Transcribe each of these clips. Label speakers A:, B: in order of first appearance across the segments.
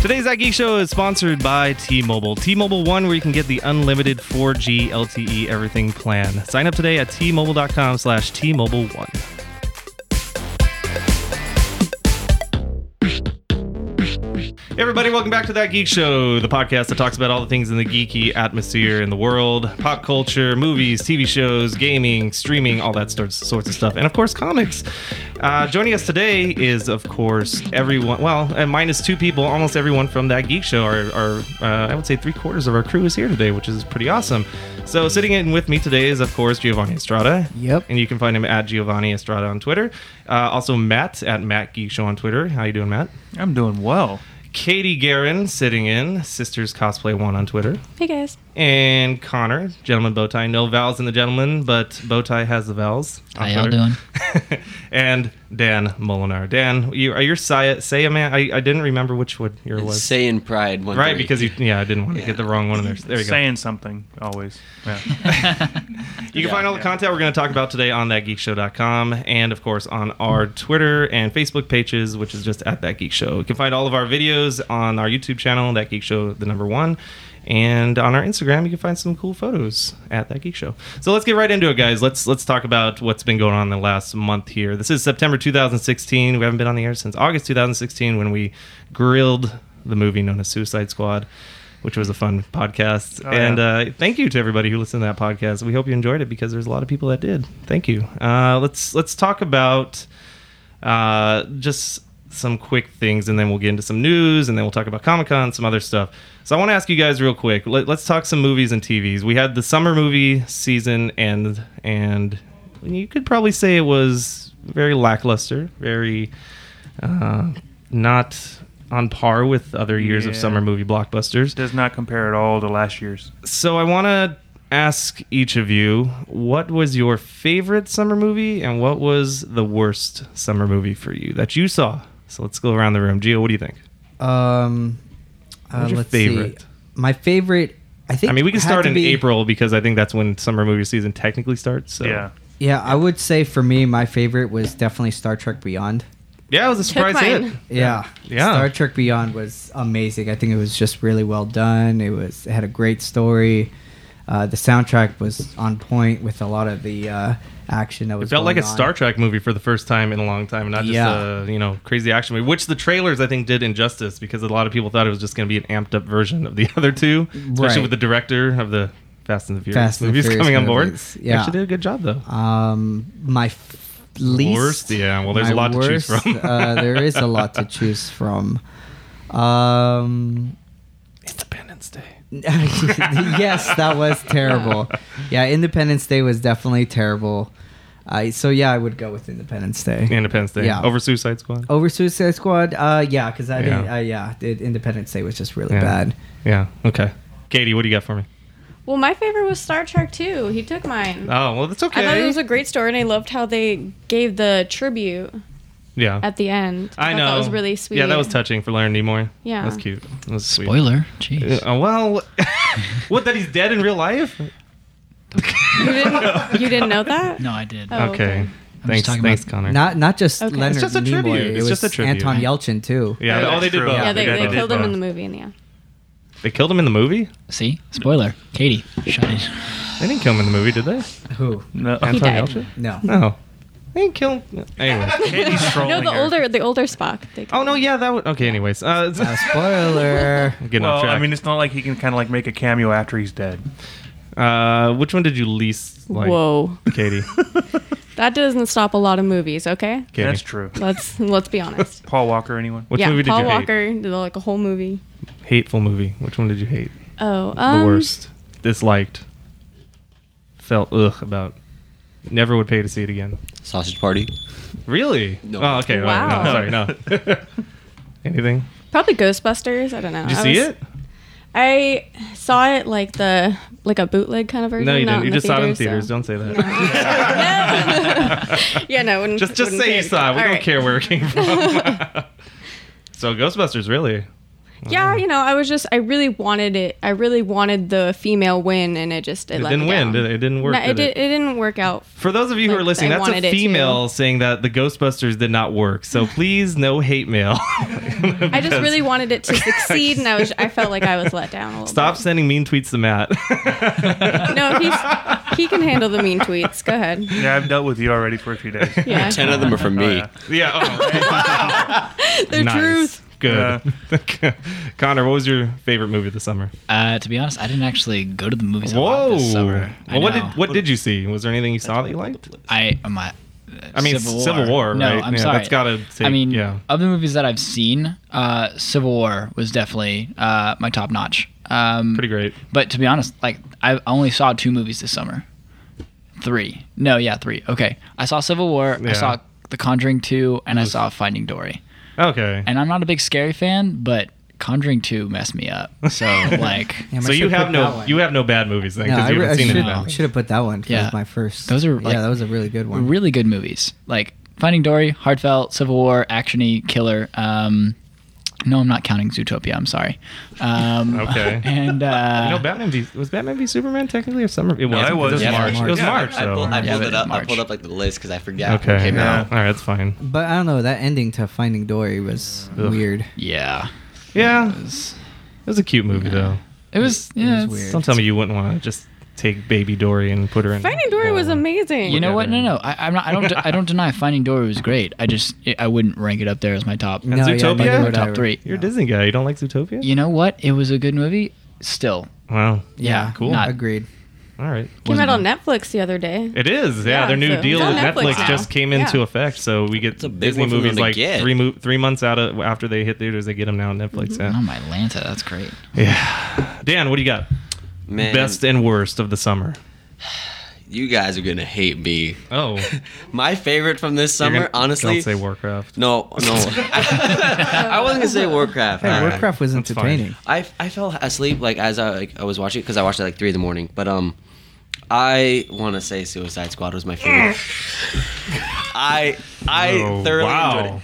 A: Today's That Geek Show is sponsored by T Mobile. T Mobile One, where you can get the unlimited 4G LTE E everything plan. Sign up today at T Mobile.com slash T Mobile One. Hey everybody, welcome back to That Geek Show, the podcast that talks about all the things in the geeky atmosphere in the world pop culture, movies, TV shows, gaming, streaming, all that sorts, sorts of stuff. And of course, comics. Uh, joining us today is, of course, everyone. Well, and minus two people, almost everyone from That Geek Show. Our, our uh, I would say three quarters of our crew is here today, which is pretty awesome. So, sitting in with me today is, of course, Giovanni Estrada.
B: Yep.
A: And you can find him at Giovanni Estrada on Twitter. Uh, also, Matt at Matt Geek Show on Twitter. How you doing, Matt?
B: I'm doing well.
A: Katie Guerin sitting in, Sisters Cosplay One on Twitter.
C: Hey guys.
A: And Connor, Gentleman Bowtie. No vowels in the gentleman, but Bowtie has the vowels.
D: How
A: on
D: y'all
A: Twitter.
D: doing?
A: and Dan Molinar. Dan, you are your Saya, Saya man? I, I didn't remember which one your was.
E: Saiyan Pride one
A: right, because you, yeah, I didn't want to
E: Yeah.
A: get the wrong one in there. There you go.
B: Saying something always. Yeah.
A: You can
E: Yeah,
A: find all the
B: yeah.
A: content we're going to talk about today on thatgeekshow.com and, of course, on our Twitter and Facebook pages, which is just at That Geek Show. You can find all of our videos on our YouTube channel, That Geek Show, the number one. And on our Instagram, you can find some cool photos at That Geek Show. So let's get right into it, guys. Let's let's talk about what's been going on in the last month here. This is September 2016. We haven't been on the air since August 2016 when we grilled the movie known as Suicide Squad, which was a fun podcast.
B: Oh,
A: and
B: yeah.
A: uh, uh, thank you to everybody who listened to that podcast. We hope you enjoyed it because there's a lot of people that did. Thank you. Uh, let's let's talk about uh, just some quick things, and then we'll get into some news, and then we'll talk about Comic Con, some other stuff. So I want to ask you guys real quick. Let, let's talk some movies and TVs. We had the summer movie season, and and you could probably say it was very lackluster, very uh, not on par with other years of
B: Yeah.
A: summer movie blockbusters
B: Does not compare at all to last year's.
A: so I want to ask each of you what was your favorite summer movie and what was the worst summer movie for you that you saw. So let's go around the room. Gio, what do you think?
F: Um, uh,
A: What's your
F: let's
A: favorite?
F: See. My favorite, I think.
A: I mean, we can
F: had
A: start
F: to
A: in
F: be-
A: April because I think that's when summer movie season technically starts. So.
B: Yeah.
F: Yeah, I would say for me, my favorite was definitely Star Trek Beyond.
A: yeah, it was a
C: Took
A: surprise hit.
C: mine.
F: Yeah.
A: Yeah.
F: Star Trek Beyond was amazing. I think it was just really well done. It was it had a great story. Uh, the soundtrack was on point with a lot of the uh, action that
A: It
F: was.
A: felt like a
F: going on.
A: Star Trek movie for the first time in a long time, and not just
F: Yeah.
A: a you know crazy action movie. Which the trailers I think did injustice because a lot of people thought it was just going to be an amped up version of the other two, especially
F: Right.
A: with the director of the Fast and the Furious
F: Fast and the
A: movies
F: Furious
A: coming
F: movies,
A: on board.
F: yeah.
A: actually did a good job though.
F: Um, my f- least
A: Worst? Yeah, well, there's
F: my
A: a lot to choose
F: worst,
A: from.
F: uh, there is a lot to choose from. Um,
A: Independence Day.
F: yes, that was terrible. Yeah, Independence Day was definitely terrible. I so yeah, I would go with Independence Day
A: Independence Day.
F: Yeah. Oh.
A: Over Suicide Squad.
F: over Suicide Squad. Uh, yeah, because I didn't.
A: Yeah.
F: Uh, yeah, it, Independence Day was just really
A: yeah.
F: bad.
A: Yeah. Okay. Katie, what do you got for me?
C: Well, my favorite was Star Trek 2. He took mine.
A: Oh well, that's okay.
C: I thought it was a great story, and I loved how they gave the tribute
A: yeah.
C: at the end.
A: I
C: thought
A: know.
C: that was really sweet.
A: Yeah, that was touching for Leonard Nimoy.
C: Yeah.
A: That's cute. That was sweet.
D: Spoiler. Jeez.
A: Uh, well, what? That he's dead in real life?
C: You didn't, you didn't know that?
D: No, I did.
C: Oh.
A: okay.
C: okay.
A: Thanks,
D: talking
A: thanks,
D: about-
A: Connor.
F: Not not just
C: Okay. It's
F: Leonard
A: just a
F: Nimoy.
A: tribute.
F: It
A: It's
F: was
A: just a tribute.
F: Anton Yelchin too.
A: yeah.
B: Yeah,
A: oh, they
B: that's
A: did
B: true.
A: both.
C: Yeah, they,
A: did
C: they
A: both.
C: killed him in the movie in the end.
A: They killed him in the movie.
D: See? Spoiler. Katie. Shut it.
A: They didn't kill him in the movie, did they?
F: Who?
B: No.
A: Anton
C: died.
A: Yelchin?
F: No.
A: No. They didn't kill. Him. Anyway.
B: Katie's
C: No,
B: trolling
C: the
B: her.
C: older the older Spock. They
A: Oh no, yeah, that would. Okay, anyways. Uh,
F: Uh, spoiler.
A: getting
B: Well,
A: off track.
B: I mean, it's not like he can kind of like make a cameo after he's dead.
A: uh, which one did you least like?
C: Whoa,
A: Katie.
C: that doesn't stop a lot of movies. Okay,
A: Katie.
B: That's true.
C: let's let's be honest.
B: Paul Walker, anyone?
A: Which
C: yeah,
A: movie did
C: Paul
A: you hate?
C: Walker did like a whole movie.
A: Hateful movie. Which one did you hate?
C: Oh, um,
A: the worst. Disliked. Felt ugh about. Never would pay to see it again.
E: Sausage Party.
A: Really?
E: No.
A: Oh, okay.
C: Wow.
A: Right, no, sorry, no. Anything?
C: Probably Ghostbusters. I don't know.
A: Did you
C: I
A: see
C: was-
A: it?
C: I saw it like the like a bootleg kind of version.
A: No, you didn't.
C: not
A: You
C: in the
A: just saw it in theaters.
C: so-
A: Don't say that.
C: No. yeah, no. Wouldn't,
A: Just, just
C: wouldn't
A: say you
C: it.
A: saw it. We
C: All
A: don't
C: right.
A: care where it came from. so Ghostbusters, really?
C: yeah, you know, I was just I really wanted it. I really wanted the female win, and it just it,
A: It
C: let
A: didn't
C: me
A: win,
C: down.
A: did it? It didn't work,
C: No, it,
A: did it?
C: did, it didn't work out.
A: For those of you who
C: Like,
A: are listening,
C: I
A: that's a
C: wanted it to.
A: female saying that the Ghostbusters did not work. So please, no hate mail.
C: I just really wanted it to succeed, and I was I felt like I was let down a little.
A: Stop sending mean tweets to Matt.
C: Bit. No, he's he can handle the mean tweets. Go ahead.
B: Yeah, I've dealt with you already for a few days.
C: Yeah,
E: Ten of them are from
B: Oh,
E: me.
B: yeah.
A: yeah. Oh,
C: the truth.
A: Good. Connor, what was your favorite movie this summer?
D: Uh, to be honest, I didn't actually go to the movies a lot
A: Whoa.
D: this summer. I
A: Well, what did
D: know.
A: what did you see? Was there anything you saw that you liked?
D: I am I,
A: I mean, Civil War, War
D: no,
A: right?
D: I'm
A: Yeah,
D: sorry.
A: that's gotta take-
D: I mean,
A: yeah.
D: of the movies that I've seen, uh, Civil War was definitely uh, my top notch. Um,
A: Pretty great.
D: But to be honest, like I only saw two movies this summer. Three? No, yeah, three. Okay, I saw Civil War.
A: Yeah.
D: I saw The Conjuring Two, and I saw Finding Dory.
A: Okay.
D: And I'm not a big scary fan, but Conjuring Two messed me up. So like,
F: Damn, I
A: so you
F: should've
A: have
F: put that
A: no
F: one.
A: you have no bad movies then
F: No,
A: because
F: I,
A: you
F: re- I
A: haven't seen any bad
D: now.
F: should,
A: ones.
F: should have put that one. 'cause
D: Yeah.
F: it was my first.
D: Those are, like,
F: yeah, that was a really good one.
D: really good movies. Like Finding Dory, heartfelt, Civil War, actiony, killer. Um, no, I'm not counting Zootopia. I'm sorry. Um,
A: Okay.
D: And
A: You know,
D: uh,
A: Batman v was Batman v Superman technically or summer? It was.
B: it was.
A: It was
E: Yeah,
A: March. It was
F: March.
A: March.
E: I, pulled, I
A: So.
D: Yeah,
E: pulled
D: but
E: it up. I
D: March.
E: pulled up like the list because I forgot what
A: Okay.
E: came
A: Yeah.
E: out.
A: All right. That's fine.
F: But I don't know. That ending to Finding Dory was
A: Ugh.
F: weird.
D: yeah,
A: Yeah.
D: it was.
A: It was a cute movie though.
D: It was, yeah,
F: was
D: it's-
F: weird.
A: Don't tell me you wouldn't want to just take baby Dory and put her in.
C: Finding Dory was amazing.
D: You know
A: at
D: what?
A: it.
D: No, no, I, I'm not. I don't. I don't deny Finding Dory was great. I just, I wouldn't rank it up there as my top.
A: And Zootopia?
F: neither would
D: Top
F: I.
D: three.
A: You're a Disney guy. You don't like Zootopia?
D: You know what? It was a good movie. Still,
A: Wow.
D: yeah,
A: Cool.
D: Not,
F: Agreed.
A: All right.
C: came out
D: wasn't
C: on Netflix the other day.
A: It is. Yeah,
C: Yeah,
A: their new
C: so-
A: deal
C: It's on
A: with Netflix,
C: Netflix now.
A: just came into
C: Yeah.
A: effect, so we get
E: a big
A: Disney
E: one for them
A: movies
E: to
A: like
E: get.
A: three mo- three months out of after they hit theaters, they get them now on Netflix.
C: Mm-hmm.
D: Oh my Lanta, that's great.
A: Yeah. yeah. Dan, what do you got?
E: Mm-hmm. Man,
A: Best and worst of the summer.
E: you guys are gonna hate me.
A: Oh,
E: My favorite from this summer, honestly.
A: don't say Warcraft.
E: no, no. I wasn't gonna say Warcraft.
F: Hey,
E: All right.
F: Warcraft was
A: That's fine.
F: entertaining.
E: I, I fell asleep like as I like I was watching it because I watched it like three in the morning. But um, I want to say Suicide Squad was my favorite. I I
A: Oh,
E: thoroughly
A: wow.
E: enjoyed it.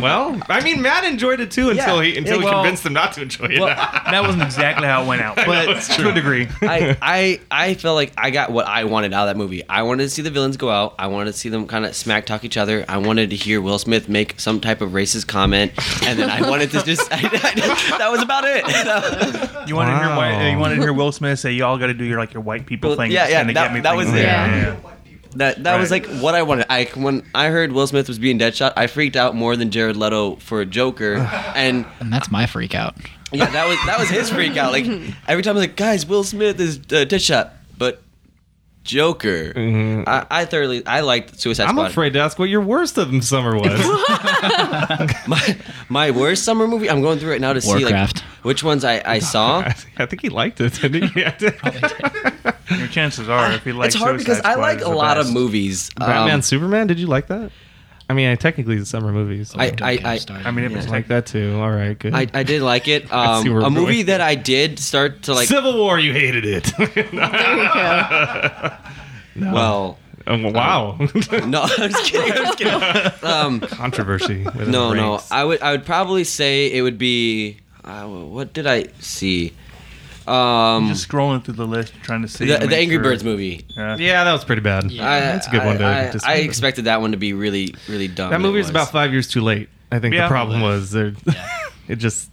A: Well, I mean, Matt enjoyed it too until he until
E: Yeah,
A: he
E: well-
A: convinced him not to enjoy it.
B: That wasn't exactly how it went out, but
A: it's
B: to
A: true.
B: a degree.
E: I, I I felt like I got what I wanted out of that movie. I wanted to see the villains go out. I wanted to see them kind of smack talk each other. I wanted to hear Will Smith make some type of racist comment, and then I wanted to just that was about it.
B: You wanted to hear
A: Wow.
B: why, you wanted to hear Will Smith say, "Y'all got to do your like your white people
E: Well,
B: thing."
E: yeah,
B: It's
E: yeah,
B: gonna
E: that-
B: get me
E: that
B: thinking.
E: was
C: it.
B: Yeah, yeah.
E: That that was like
B: Right.
E: what I wanted. I when I heard Will Smith was being Deadshot, I freaked out more than Jared Leto for Joker, and
D: And that's my freak out.
E: yeah, that was that was his freak out. Like every time I was like, guys, Will Smith is uh, Deadshot, but Joker. I, I thoroughly I liked Suicide
A: I'm
E: Squad.
A: afraid to ask what your worst of the summer was.
E: My, my worst summer movie. I'm going through it now to see like
D: Warcraft.
E: which ones I I saw.
A: I think he liked it, didn't he?
B: Your chances are, if he likes
E: it's hard
B: Suicide
E: because I
B: Squad,
E: like
B: it's
E: a
B: the
E: lot of
B: best.
E: movies. Um,
A: Batman Superman, did you like that? I mean, I technically the summer movies.
E: I-
A: I
E: I-
B: I mean, it was like
A: like that too. All right, good.
E: I, I did like it.
A: I
E: Um,
A: see where
E: a
A: we're
E: movie
A: going.
E: that I did start to like.
A: Civil War, you hated it.
C: There you go.
A: No.
E: Well,
A: Um, wow,
E: no, I'm just kidding. I'm just kidding. Um,
A: controversy. within
E: no,
A: the
E: no.
A: ranks.
E: I would I would probably say it would be. Uh, what did I see? Um,
B: just scrolling through the list, trying to see
E: the,
B: to
E: the
B: make
E: Angry
B: sure.
E: Birds movie.
B: Yeah.
A: yeah, that was pretty bad.
E: I,
A: That's a good
E: I-
A: one to.
E: I,
A: to
E: I
A: skip.
E: expected that one to be really, really dumb.
A: that
E: and it
A: movie was about five years too late. I think the
B: Yeah.
A: problem was there.
D: Yeah.
A: it just,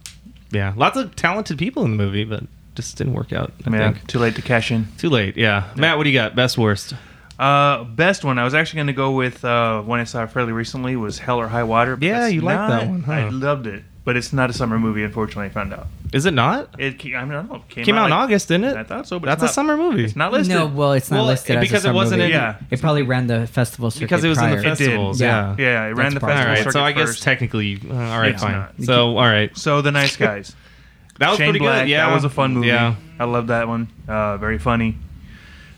A: yeah, lots of talented people in the movie, but just didn't work out. I
B: Man,
A: think
B: too late to cash in.
A: too late. Yeah. Matt, what do you got? Best worst.
B: Uh, best one. I was actually going to go with uh, one I saw fairly recently was Hell or High Water. but
A: Yeah,
B: that's
A: you liked that
B: not-
A: one, huh?
B: I loved it, but it's not a summer movie. Unfortunately, I found out
A: Is it not?
B: it. ca- I mean, I don't know. it Came,
A: Came out in
B: like-
A: August, didn't it?
B: I thought so, but
A: That's
B: it's
A: a
B: not-
A: summer movie.
B: It's not listed.
F: No, well, it's not
A: Well,
F: listed as
A: because it
F: a summer
A: wasn't
F: movie.
A: in-
B: Yeah.
F: It probably ran the festival circuit
A: because it was in
F: prior.
A: the
B: did.
A: festivals. Yeah.
F: Yeah.
B: yeah, it ran
F: That's
B: the
F: probably-
A: All
B: festival
A: right,
B: circuit
A: so I guess
B: first.
A: technically, uh, all right,
B: It's
A: fine.
B: not.
A: So, all right,
B: so the nice guys.
A: that was
B: Shane
A: pretty
B: Black,
A: good. Yeah,
B: that was a fun movie.
A: Yeah,
B: I love that one. Uh, very funny.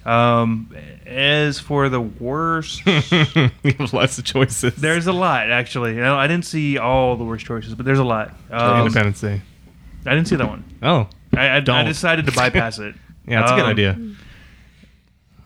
B: Um, as for the worst,
A: we have lots of choices.
B: there's a lot actually. You know, I didn't see all the worst choices, but there's a lot. Um,
A: Independence Day.
B: I didn't see that one.
A: Oh,
B: I, I, I
A: Don't.
B: decided to bypass it.
A: yeah, that's a good
B: Um,
A: idea.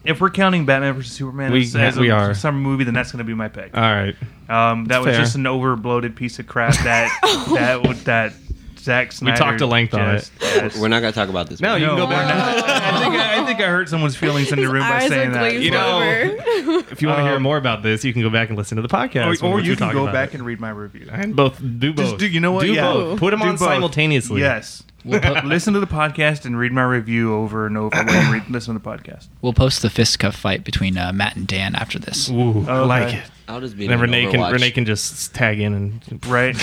B: If we're counting Batman versus Superman
A: We-
B: as, as
A: we
B: a
A: are.
B: summer movie, then that's going to be my pick.
A: All right,
B: Um, that
A: It's
B: was
A: fair.
C: Oh.
B: just an over bloated piece of crap that that would that Zack Snyder.
A: talked at length on it.
B: Yes.
E: We're not gonna talk about this.
A: No,
E: one.
A: you can go back.
B: I think I, I think I hurt someone's feelings in the room by
C: eyes
B: saying
C: are
B: that.
C: glazed
A: You know,
C: over.
A: If you want to hear
B: Um,
A: more about this, you can go back and listen to the podcast.
B: or,
A: when
B: or
A: we
B: you
A: do
B: can
A: talk
B: go
A: about
B: back
A: it.
B: and read my review.
A: and both do both.
B: Just do you know what?
A: Do
B: yeah.
A: both. Put them
B: Do
A: on
B: both.
A: simultaneously.
B: Yes.
D: We'll, po-
B: Listen to the podcast and read my review over and over. Like, read, listen to the podcast.
D: we'll post the fistcuff fight between uh, Matt and Dan after this.
A: Ooh, I
B: Okay.
A: like it.
E: I'll just be.
A: And then
E: in
A: Renee can,
E: Overwatch.
A: Renee can just tag in and
B: Right.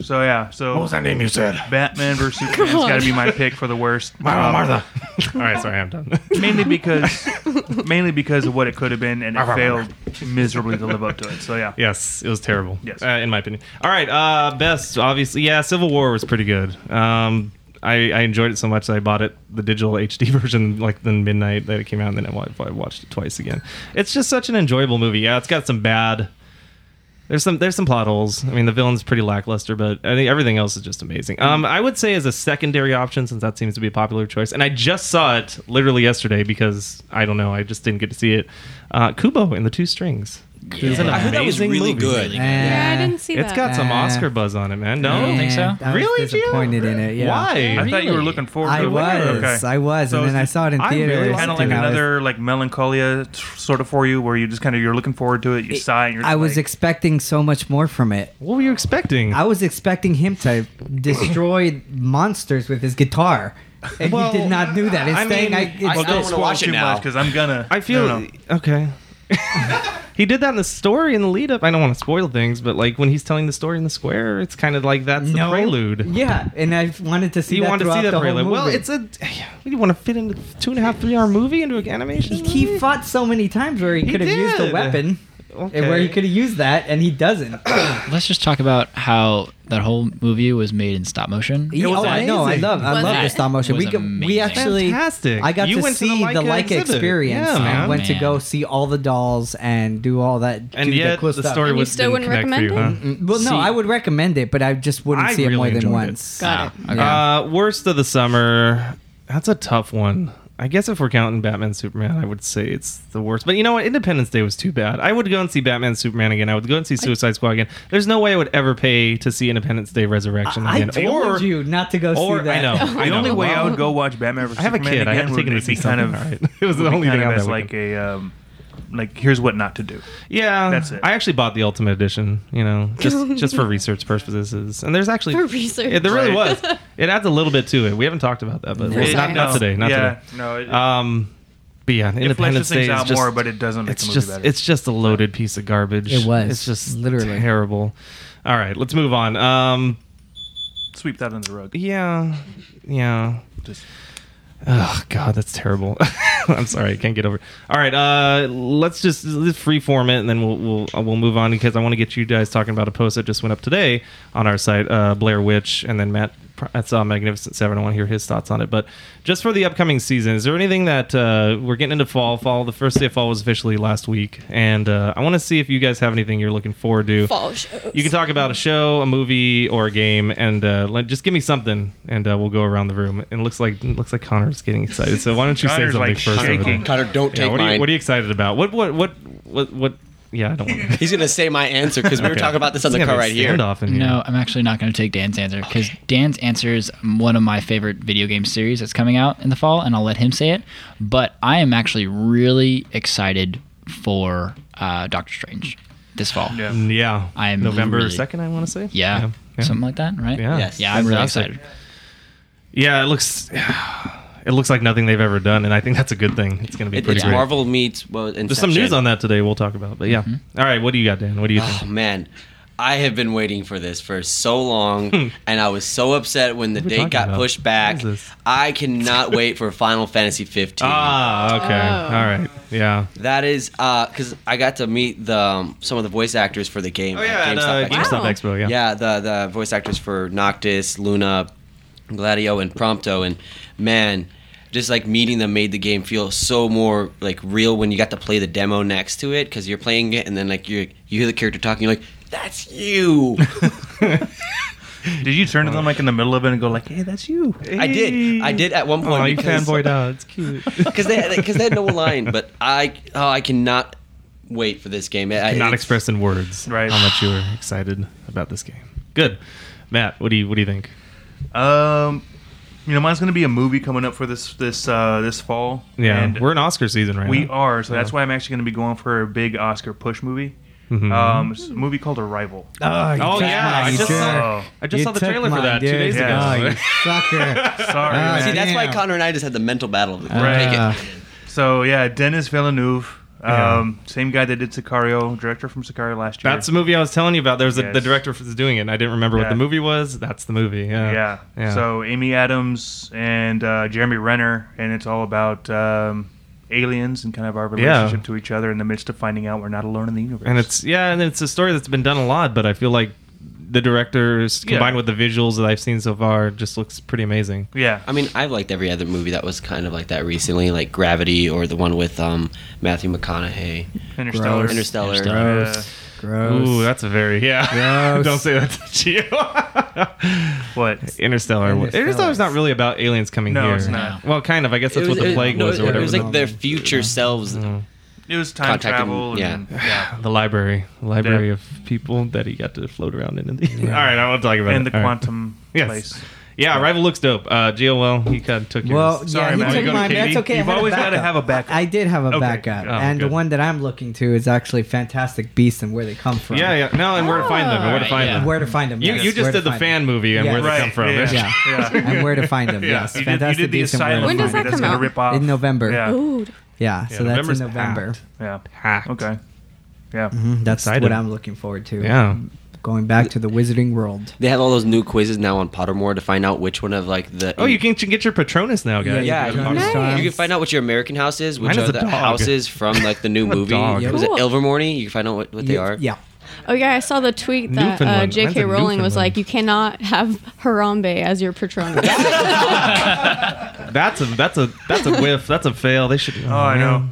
B: so yeah. So
A: name you said?
B: Batman versus Superman's
C: God.
B: got to be my pick for the worst. Um,
A: All right, sorry, I'm done.
B: mainly because mainly because of what it could have been, and it
A: Martha.
B: failed miserably to live up to it. So yeah.
A: Yes, it was terrible.
B: Yes.
A: uh, in my opinion. All right, uh, best obviously. Yeah, Civil War was pretty good. Um, I, I enjoyed it so much that I bought it the digital HD version like the midnight that it came out, and then I wa- I watched it twice again. It's just such an enjoyable movie. Yeah, it's got some bad. There's some there's some plot holes. I mean, the villain's pretty lackluster, but I think everything else is just amazing. Um, I would say as a secondary option, since that seems to be a popular choice, and I just saw it literally yesterday because I don't know, I just didn't get to see it. Uh, Kubo and the Two Strings. It's an
E: I heard that was
A: amazing
E: really
A: movie.
E: good.
C: yeah, I didn't see
A: It's
C: that.
A: got some
F: Uh,
A: Oscar buzz on it, man. No,
D: I don't think so.
F: I was
A: Really, Gio?
F: disappointed in it. Yeah.
A: Why?
B: I thought you were
D: Really?
B: looking forward.
F: I
B: to it.
F: was,
B: Okay.
F: I was,
B: So
F: and then I
B: it's
F: saw it in
A: I really
F: theaters.
A: liked
B: Kind of
A: it.
B: like
F: and I was-
B: another like melancholia t- sort of for you, where you just kind of you're looking forward to it, you sigh, and you're.
F: I was
B: like,
F: expecting so much more from it.
A: What were you expecting?
F: I was expecting him to destroy monsters with his guitar, and
A: Well,
F: he did not do that. It's
A: I
F: saying
A: mean,
F: I,
E: I
F: it's
E: don't wanna watch it
B: too
E: now.
B: much because I'm gonna.
A: I feel
B: no, no.
A: okay. he did that in the story in the lead up. I don't want to spoil things, but like when he's telling the story in the square, it's kind of like that's the
F: No.
A: prelude.
F: Yeah, and I wanted to see
A: you
F: that
A: want to
F: throughout
A: see that
F: the whole
A: prelude?
F: movie.
A: Well, it's a. You want to fit into two and a half, three hour movie into an animation?
F: he
A: movie?
F: fought so many times where he,
A: He
F: could have used
A: did.
F: a weapon, and Eh, where
A: Okay.
F: he could have used that, and he doesn't.
D: Let's just talk about how that whole movie was made in stop motion.
F: He-
A: was
F: oh, I know, I
A: amazing.
F: love, I
C: Was
F: love
C: it?
F: the stop motion.
D: Was
F: We, go- we
D: amazing.
F: actually,
A: Fantastic.
F: I got
A: You
F: to
A: went to the
F: see the
A: Leica
F: Leica
A: exhibit.
F: experience.
A: Yeah,
F: I
A: man.
F: went to
D: Man.
F: go see all the dolls and do all that. do
A: and
F: the
A: yet
F: cool
A: the,
F: stuff.
A: story
C: And you
A: was
C: still
A: didn't
C: wouldn't
A: connect for
C: recommend
A: you, huh?
F: Well, no,
D: See-
F: I would recommend it, but I just wouldn't
A: I
F: see it more
A: really
F: than
A: enjoyed it.
F: once.
D: Ah,
C: Got it.
D: okay.
A: Uh, worst of the summer. That's a tough one. I guess if we're counting Batman Superman, I would say it's the worst. But you know what? Independence Day was too bad. I would go and see Batman Superman again. I would go and see Suicide Squad again. There's no way I would ever pay to see Independence Day Resurrection
F: I
A: again.
F: told
A: or
F: you not to go
A: or-
F: see that. Oh,
A: I know. Oh,
B: The
A: I know.
B: only way I
A: Well,
B: would go watch Batman vs
A: I have a
B: Superman
A: kid.
B: again
A: I have to
B: would
A: take him to
B: be
A: see
B: kind
A: something.
B: of
A: All right. It was the
B: would be
A: only
B: kind
A: thing
B: of
A: out
B: as
A: that
B: like
A: weekend.
B: a um, like here's what not to do.
A: Yeah,
B: That's it.
A: I actually bought the Ultimate Edition, you know, just just for research purposes. And there's actually
C: For research.
A: It, there really
B: Right.
A: was. It adds a little bit to it. We haven't talked about that, but
C: No.
A: not,
C: Sorry.
A: not today. Not
B: yeah,
A: today.
B: no. It,
A: Um, but yeah,
B: it fleshes
A: Independence Day
B: things
A: is
B: out
A: just
B: more, but it doesn't make
A: it's
B: the movie
A: just
B: better.
A: it's just a loaded piece of garbage.
F: It was,
A: It's just
F: literally.
A: literally terrible. All right, let's move on. Um,
B: sweep that under the rug.
A: yeah, yeah.
B: Just-
A: Oh God, that's terrible. I'm sorry, I can't get over. It. All right, uh, let's just let's freeform it, and then we'll we'll uh, we'll move on because I want to get you guys talking about a post that just went up today on our site, uh, Blair Witch, and then Matt. pr- I saw Magnificent Seven. I want to hear his thoughts on it. But just for the upcoming season, is there anything that uh, we're getting into fall? Fall. The first day of fall was officially last week, and uh, I want to see if you guys have anything you're looking forward to.
C: Fall shows.
A: You can talk about a show, a movie, or a game, and uh, let, just give me something, and uh, we'll go around the room. And it looks like it looks like Connor's getting excited. So why don't you say
B: Connor's,
A: something
B: like,
A: first? over
B: shaking.
A: there?
E: Connor, don't
A: Yeah,
E: take
A: what, are you,
E: mine.
A: what are you excited about? What what what what what? Yeah, I don't. want to
E: He's gonna say my answer because we were talking about this on the car right here.
A: Off in
D: No,
A: here.
D: I'm actually not going to take Dan's answer because Dan's answer is one of my favorite video game series that's coming out in the fall, and I'll let him say it. But I am actually really excited for uh, Doctor Strange this fall.
B: Yeah.
A: Mm, Yeah,
D: I am
A: November
D: really-
A: second. I want to say.
D: Yeah,
A: yeah.
D: something like that, right?
A: Yeah.
E: Yes.
D: yeah, I'm really
A: Fantastic.
D: excited.
A: Yeah, it looks. It looks like nothing they've ever done, and I think that's a good thing. It's going to be
E: It-
A: pretty
E: it's
A: great.
E: Marvel meets well.
A: There's some news on that today. We'll talk about, but yeah.
D: Mm-hmm.
A: All right, what do you got, Dan? What do you think?
E: Oh man, I have been waiting for this for so long, and I was so upset when the
A: Hmm. What are we
E: date
A: talking
E: got
A: about?
E: pushed back.
A: What is this?
E: I cannot wait for Final Fantasy 15.
A: Ah, okay.
C: Oh.
A: All right. Yeah.
E: That is because I got to meet the um, some of the voice actors for the
A: Oh,
E: game. at GameStop Expo.
A: uh, GameStop
C: Wow.
A: Expo. Yeah.
E: yeah. the the voice actors for Noctis, Luna, Gladio, and Prompto, and man, just like meeting them made the game feel so more like real when you got to play the demo next to it because you're playing it and then like you you hear the character talking, you're like, that's you.
B: Did you turn to them like in the middle of it and go like, "Hey, that's you"?
E: I did, I did at one point.
A: Oh, you
E: because-
A: fanboyed out. It's cute.
E: because they because they had no line. But I oh, I cannot wait for this game. I,
A: not
E: it's-
A: expressed in words
B: Right.
A: how much you were excited about this game. Good. Matt, what do you what do you think?
B: Um, you know, mine's gonna be a movie coming up for this this uh, this fall.
A: Yeah,
B: and
A: we're in Oscar season right
B: we
A: now.
B: are. So that's
A: Yeah.
B: why I'm actually gonna be going for a big Oscar push movie.
A: Mhm.
B: Um, it's a movie called Arrival.
F: Oh, you
A: Oh
F: took
A: yeah,
F: mine,
A: I
F: you
A: just
F: jerk.
A: saw,
B: jerk.
A: I just
F: You
A: saw the
F: took
A: trailer for
F: mine,
A: that two
F: dude.
A: days
B: Yeah.
F: Oh,
A: ago.
F: you sucker.
B: Sorry.
F: Ah,
E: See,
B: man.
E: that's why
F: Damn.
E: Connor and I just had the mental battle of it.
B: Right.
E: Take
F: Ah.
E: it.
B: So yeah, Dennis Villeneuve,
A: Yeah.
B: um, same guy that did Sicario, director from Sicario last year.
A: That's the movie I was telling you about. There's a, the
B: Yes.
A: director was doing it. and I didn't remember what
B: Yeah.
A: the movie was. That's the movie. Yeah.
B: yeah.
A: Yeah.
B: So Amy Adams and uh, Jeremy Renner, and it's all about um, aliens and kind of our
A: Yeah.
B: relationship to each other in the midst of finding out we're not alone in the universe.
A: and it's yeah, and it's a story that's been done a lot, but I feel like the directors
B: Yeah.
A: combined with the visuals that I've seen so far just looks pretty amazing.
B: yeah,
E: I mean, I've liked every other movie that was kind of like that recently, like Gravity or the one with um, Matthew McConaughey,
B: Interstellar. uh,
F: Gross.
E: Interstellar.
D: Interstellar.
B: Yeah.
F: Gross. Gross.
A: Ooh, that's a very yeah.
F: Gross.
A: Don't say that to Gio.
B: What?
A: Interstellar.
F: Interstellar.
A: Interstellar's not really about aliens coming
B: No,
A: here.
B: it's not.
A: Well, kind of. I guess that's what the plague
E: no,
A: was, or
E: It
A: whatever. Mm-hmm.
E: was like their future selves.
B: It was time
E: Contacting-
B: travel. And,
E: yeah.
B: yeah.
A: the library, the library
B: Yeah.
A: of people that he got to float around in. the All right, I won't talk about it.
B: And the
A: All right.
B: quantum
A: Yes.
B: place.
A: Yeah, Arrival looks dope. Uh, Gio, well, he kind of took yours.
F: Well,
B: Sorry,
F: yeah,
B: man.
F: he
B: You go
F: took mine.
B: to
F: but That's
B: Katie.
F: okay. I
B: You've
F: had a
B: always gotta
F: backup.
B: have a backup.
F: I did have a
B: Okay.
F: backup,
B: Oh,
F: and the
A: good.
F: one that I'm looking to is actually Fantastic Beasts and where they come from.
A: yeah, yeah. No, and where to find them? And where to
D: Oh.
A: find
D: Right,
A: them?
F: Where to find them?
A: You,
F: yes.
A: you just
F: Where to
A: did the
F: find
A: fan
F: them.
A: movie and
F: Yeah.
A: where they
B: Right,
A: come from.
B: yeah.
F: Yeah,
B: uh, Yeah.
F: and where to find them?
A: Yeah.
F: Yes,
B: You did, you
F: Fantastic
B: did the
F: Beasts and where to
B: asylum.
C: When does
F: find
B: movie
C: that
F: them.
B: that's
C: come
B: gonna
C: out?
B: Rip off.
F: In November.
B: Yeah.
C: Ooh,
F: Yeah, so that's in
A: November's
F: November.
A: packed.
B: Yeah.
A: Hacked.
B: Okay. Yeah.
F: Mhm, That's
A: Excited.
F: what I'm looking forward to.
A: Yeah.
F: going back to the Wizarding World.
E: They have all those new quizzes now on Pottermore to find out which one of like the.
A: Oh, you can, you can get your Patronus now, guys.
E: Yeah,
A: You
E: you
A: can-
E: can-
C: Nice.
E: You can find out what your American house is, which
A: Mine is
E: are
A: a
E: the
A: dog.
E: houses from like the new
A: A
E: movie.
A: dog.
E: Was it
C: Cool.
E: Ilvermorny? You can find out what, what they are.
F: Yeah.
C: Oh yeah, I saw the tweet that uh,
A: Newfoundland. Mine's
C: J.K.
A: a
C: Rowling was
A: Newfoundland.
C: like, "You cannot have Harambe as your Patronus."
A: That's a that's a that's a whiff. That's a fail. They should. Oh,
B: I know.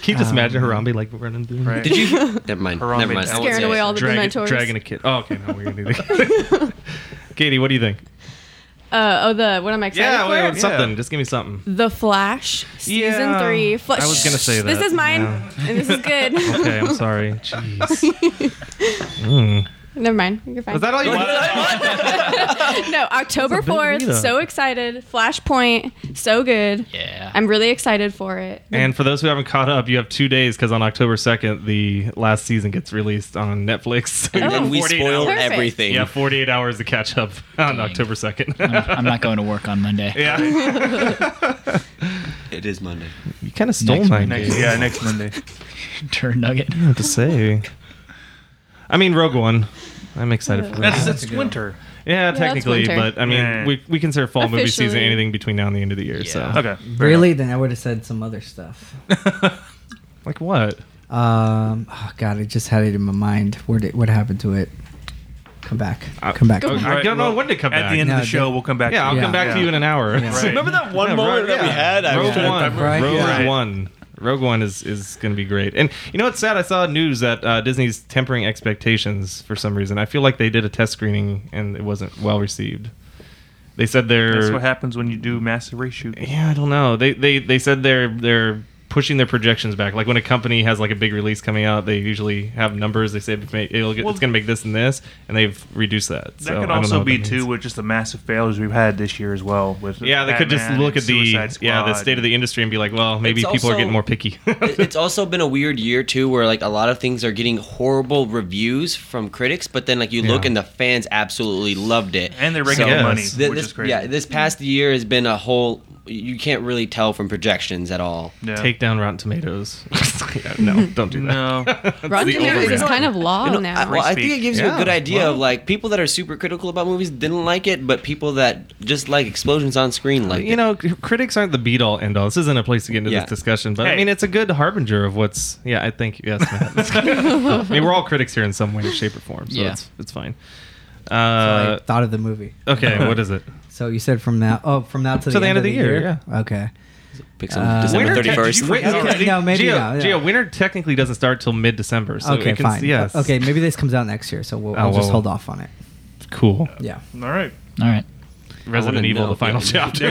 A: Can you
F: Um,
A: just imagine Harambe like running through?
B: Right.
E: Did you? Never mind.
B: Harambe
E: Never mind. I won't
C: Scaring
E: say
C: away
E: it.
C: all the
A: Dragon,
C: Dementors.
A: dragging a kid. Oh, okay. No, we're gonna do that. Katie, what do you think?
C: uh, oh, the what am I excited
A: Yeah,
C: for?
A: wait,
B: yeah.
A: something. Just give me something.
C: The Flash season
A: Yeah,
C: three. Fla-
A: I was gonna say
C: Shh, This
A: that,
C: is mine,
A: yeah.
C: and this is good.
A: Okay, I'm sorry. Jeez. Mm.
C: Never mind. You're fine.
A: Was that all you wanted?
C: no, October
A: That's a big
C: fourth.
A: meetup.
C: So excited. Flashpoint. So good.
D: Yeah.
C: I'm really excited for it.
A: And for those who haven't caught up, you have two days because on October 2nd, the last season gets released on Netflix.
E: Oh. And then we
A: 48
E: spoil
A: hours.
C: Perfect.
E: everything.
A: Yeah, 48 hours to catch up on October 2nd.
D: I'm not going to work on Monday.
A: yeah.
E: It is Monday.
A: You kind of stole
D: Next
A: my
D: Monday.
A: idea.
B: Next, yeah, next Monday.
D: Turn nugget.
A: to say. I mean, Rogue One. I'm excited for
B: That's
A: that.
B: it's winter.
A: Yeah, technically,
C: winter.
A: but I mean,
B: Yeah.
A: we, we consider fall movie season
C: Officially.
A: anything between now and the end of the year. So,
D: Yeah.
B: Okay. fair
F: Really? Then I would have said some other stuff.
A: like what?
F: Um, oh God, I just had it in my mind. Where did what happened to it? Come back.
B: Uh,
F: Come back.
C: Go-
A: I don't know
B: well,
A: when to come
B: At
A: back.
B: the end of
F: No,
B: the show,
F: the-
B: we'll come back.
A: yeah, I'll
B: to
F: Yeah.
A: come back to you in an hour.
B: Right. Remember
E: that
A: Yeah, Rogue- yeah. Rogue One.
F: Right,
A: Rogue
B: yeah.
A: One. Rogue One is is going to be great. And you know what's sad? I saw news that uh, Disney's tempering expectations for some reason. I feel like they did a test screening and it wasn't well received. They said they're
B: That's what happens when you do massive reshoots.
A: yeah, I don't know. They they they said they're they're pushing their projections back. Like when a company has like a big release coming out, they usually have numbers. They say it may- it'll get,
B: Well,
A: it's going to make this and this, and they've reduced that.
B: That
A: So, I
B: could
A: don't know
B: also
A: what
B: be
A: that
B: too
A: means.
B: with just the massive failures we've had this year as well. With
A: Yeah, they could just
B: Batman
A: look
B: and
A: at the
B: Suicide
A: yeah the
B: Squad.
A: state of the industry and be like, well, maybe
E: It's
A: people are
E: also-
A: getting more picky.
E: It- it's also been a weird year too where like a lot of things are getting horrible reviews from critics but then like you look
A: Yeah.
E: and the fans absolutely loved it
B: And they're raking
A: So-
B: in money,
A: Yes.
E: Th-
B: which
E: this,
B: is crazy.
E: yeah this past year has been a whole you can't really tell from projections at all
B: Yeah.
A: Take down Rotten Tomatoes. Yeah, no, don't do that.
B: No.
C: Rotten
A: the
C: Tomatoes is
A: overreact.
C: kind of law
E: No, I,
C: now.
E: well, I think it
B: speech.
E: gives you
A: Yeah,
E: a good idea
A: well.
E: of like people that are super critical about movies didn't like it, but people that just like explosions on screen like
A: You know, c- critics aren't the beat all end all. This isn't a place to get into
E: Yeah.
A: this discussion, but I
B: Hey.
A: mean, it's a good harbinger of what's. Yeah, I think yes. Matt. I mean, we're all critics here in some way, shape, or form, so
D: Yeah.
A: it's it's fine.
F: So
A: Uh,
F: I thought of the movie.
A: okay, what is it?
F: So you said from now. Oh, from now to the, end, of the year.
A: yeah.
F: Okay.
E: pick some
F: Uh,
E: December
A: Winter
E: thirty
A: tech-
E: first.
A: did you wait-
F: Okay,
A: already?
F: no, maybe
A: Gio,
F: not, yeah.
A: Gio, winter technically doesn't start till mid December, so
F: okay,
A: it can,
F: fine. Uh,
A: Yes.
F: Okay, maybe this comes out next year, so we'll
A: Oh,
F: I'll just
A: well.
F: hold off on it.
A: Cool.
F: Yeah.
B: All right.
D: All right.
A: Resident
E: wanna
A: Evil:
E: know.
A: The Final Chapter.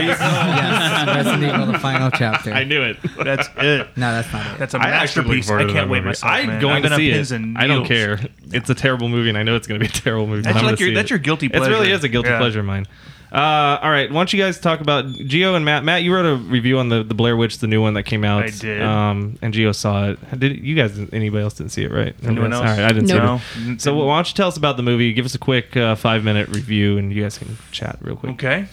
F: yes, Resident Evil, the final chapter.
A: I knew it.
B: That's it.
F: No, that's not it.
B: That's a
A: I actually look
B: masterpiece.
A: forward
B: I
A: to that
B: can't wait
A: movie.
B: myself.
A: I'm
B: man.
A: going
B: I've been
A: to
B: on
A: see
B: pins
A: it.
B: and
A: I don't
B: needles.
A: care. It's a terrible movie, and I know it's going to be a terrible movie. but
B: That's
A: I'm
B: like
A: gonna
B: your-
A: see
B: that's
A: it.
B: your guilty
A: It really
B: pleasure.
A: is a guilty
B: Yeah.
A: pleasure of mine. Uh, all right, why don't you guys talk about Geo and Matt? Matt, you wrote a review on the, the Blair Witch, the new one that came out.
B: I did.
A: Um, and Geo saw it. Did you guys? Anybody else didn't see it, right?
B: Anyone
A: All
B: else?
A: right, I didn't
B: No.
A: see
B: No.
A: it. So why don't you tell us about the movie? Give us a quick uh, five minute review, and you guys can chat real quick.
B: Okay.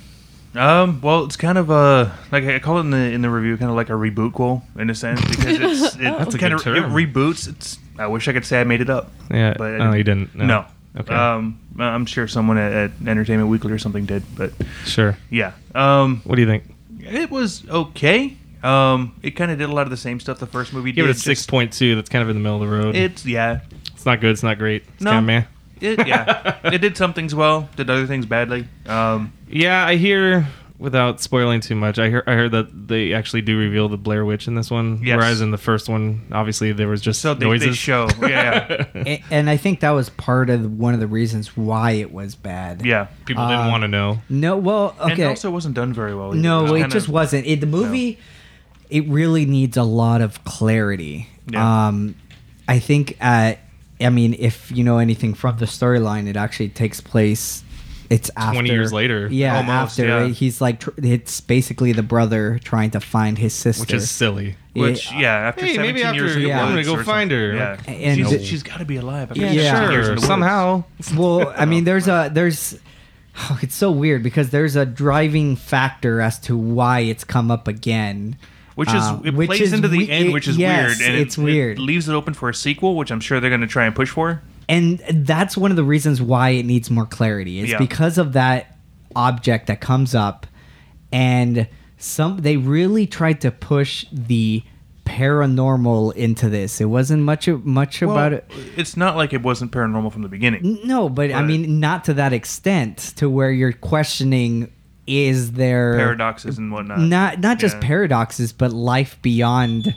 B: Um, well, it's kind of a like I call it in the in the review, kind of like a rebootquel in a sense because it's it
A: That's a
B: kind
A: good
B: of it
A: term.
B: reboots. It's I wish I could say I made it up.
A: Yeah.
B: I
A: No, you didn't. No.
B: No.
A: Okay.
B: Um, I'm sure someone at, at Entertainment Weekly or something did, but
A: Sure.
B: yeah. Um,
A: What do you think?
B: it was okay. Um, it kind of did a lot of the same stuff the first movie
A: Give
B: did.
A: it a six point two. That's kind of in the middle of the road.
B: just- It's yeah.
A: It's not good. It's not great. It's
B: No.
A: kind of meh.
B: It, yeah. it did some things well, did other things badly. Um,
A: Yeah, I hear. Without spoiling too much, I hear I heard that they actually do reveal the Blair Witch in this one,
B: Yes.
A: whereas in the first one, obviously there was just
B: So they- they
A: noises.
B: show. Yeah,
F: A- and I think that was part of one of the reasons why it was bad.
B: yeah.
A: people didn't
F: Um,
A: want to know.
F: No, well, okay.
B: And also wasn't done very well. either.
F: No, it
B: kinda-
F: just wasn't. It, the movie, it really needs a lot of clarity.
B: Yeah.
F: Um, I think, uh, I mean, if you know anything from the storyline, it actually takes place. It's after
A: 20 years later.
F: Yeah,
B: Almost,
F: after
B: yeah.
F: he's like, tr- it's basically the brother trying to find his sister.
A: which is silly.
B: Which
F: Yeah.
B: yeah, after
A: Hey,
B: 17
A: maybe after-
B: years, in the
F: yeah, I'm
B: woods
A: gonna go
B: or something.
A: find her.
B: Yeah,
F: And-
B: she's, she's got to be alive. After
A: Yeah,
B: 17
F: sure,
B: years in the woods.
A: somehow.
F: well, I mean, there's a there's. Oh, it's so weird because there's a driving factor as to why it's come up again.
B: which is
F: Uh,
B: it
F: which
B: plays
F: is
B: into the
F: we-
B: end,
F: it-
B: which is
F: yes,
B: weird. And it-
F: it's weird.
B: It leaves it open for a sequel, which I'm sure they're going to try and push for.
F: and that's one of the reasons why it needs more clarity is
B: Yeah.
F: because of that object that comes up and some they really tried to push the paranormal into this it wasn't much much about it
B: It's not like it wasn't paranormal from the beginning.
F: no but, i
B: But-
F: mean not to that extent to where you're questioning is there
B: Paradoxes and whatnot.
F: not not just
B: Yeah.
F: paradoxes but life beyond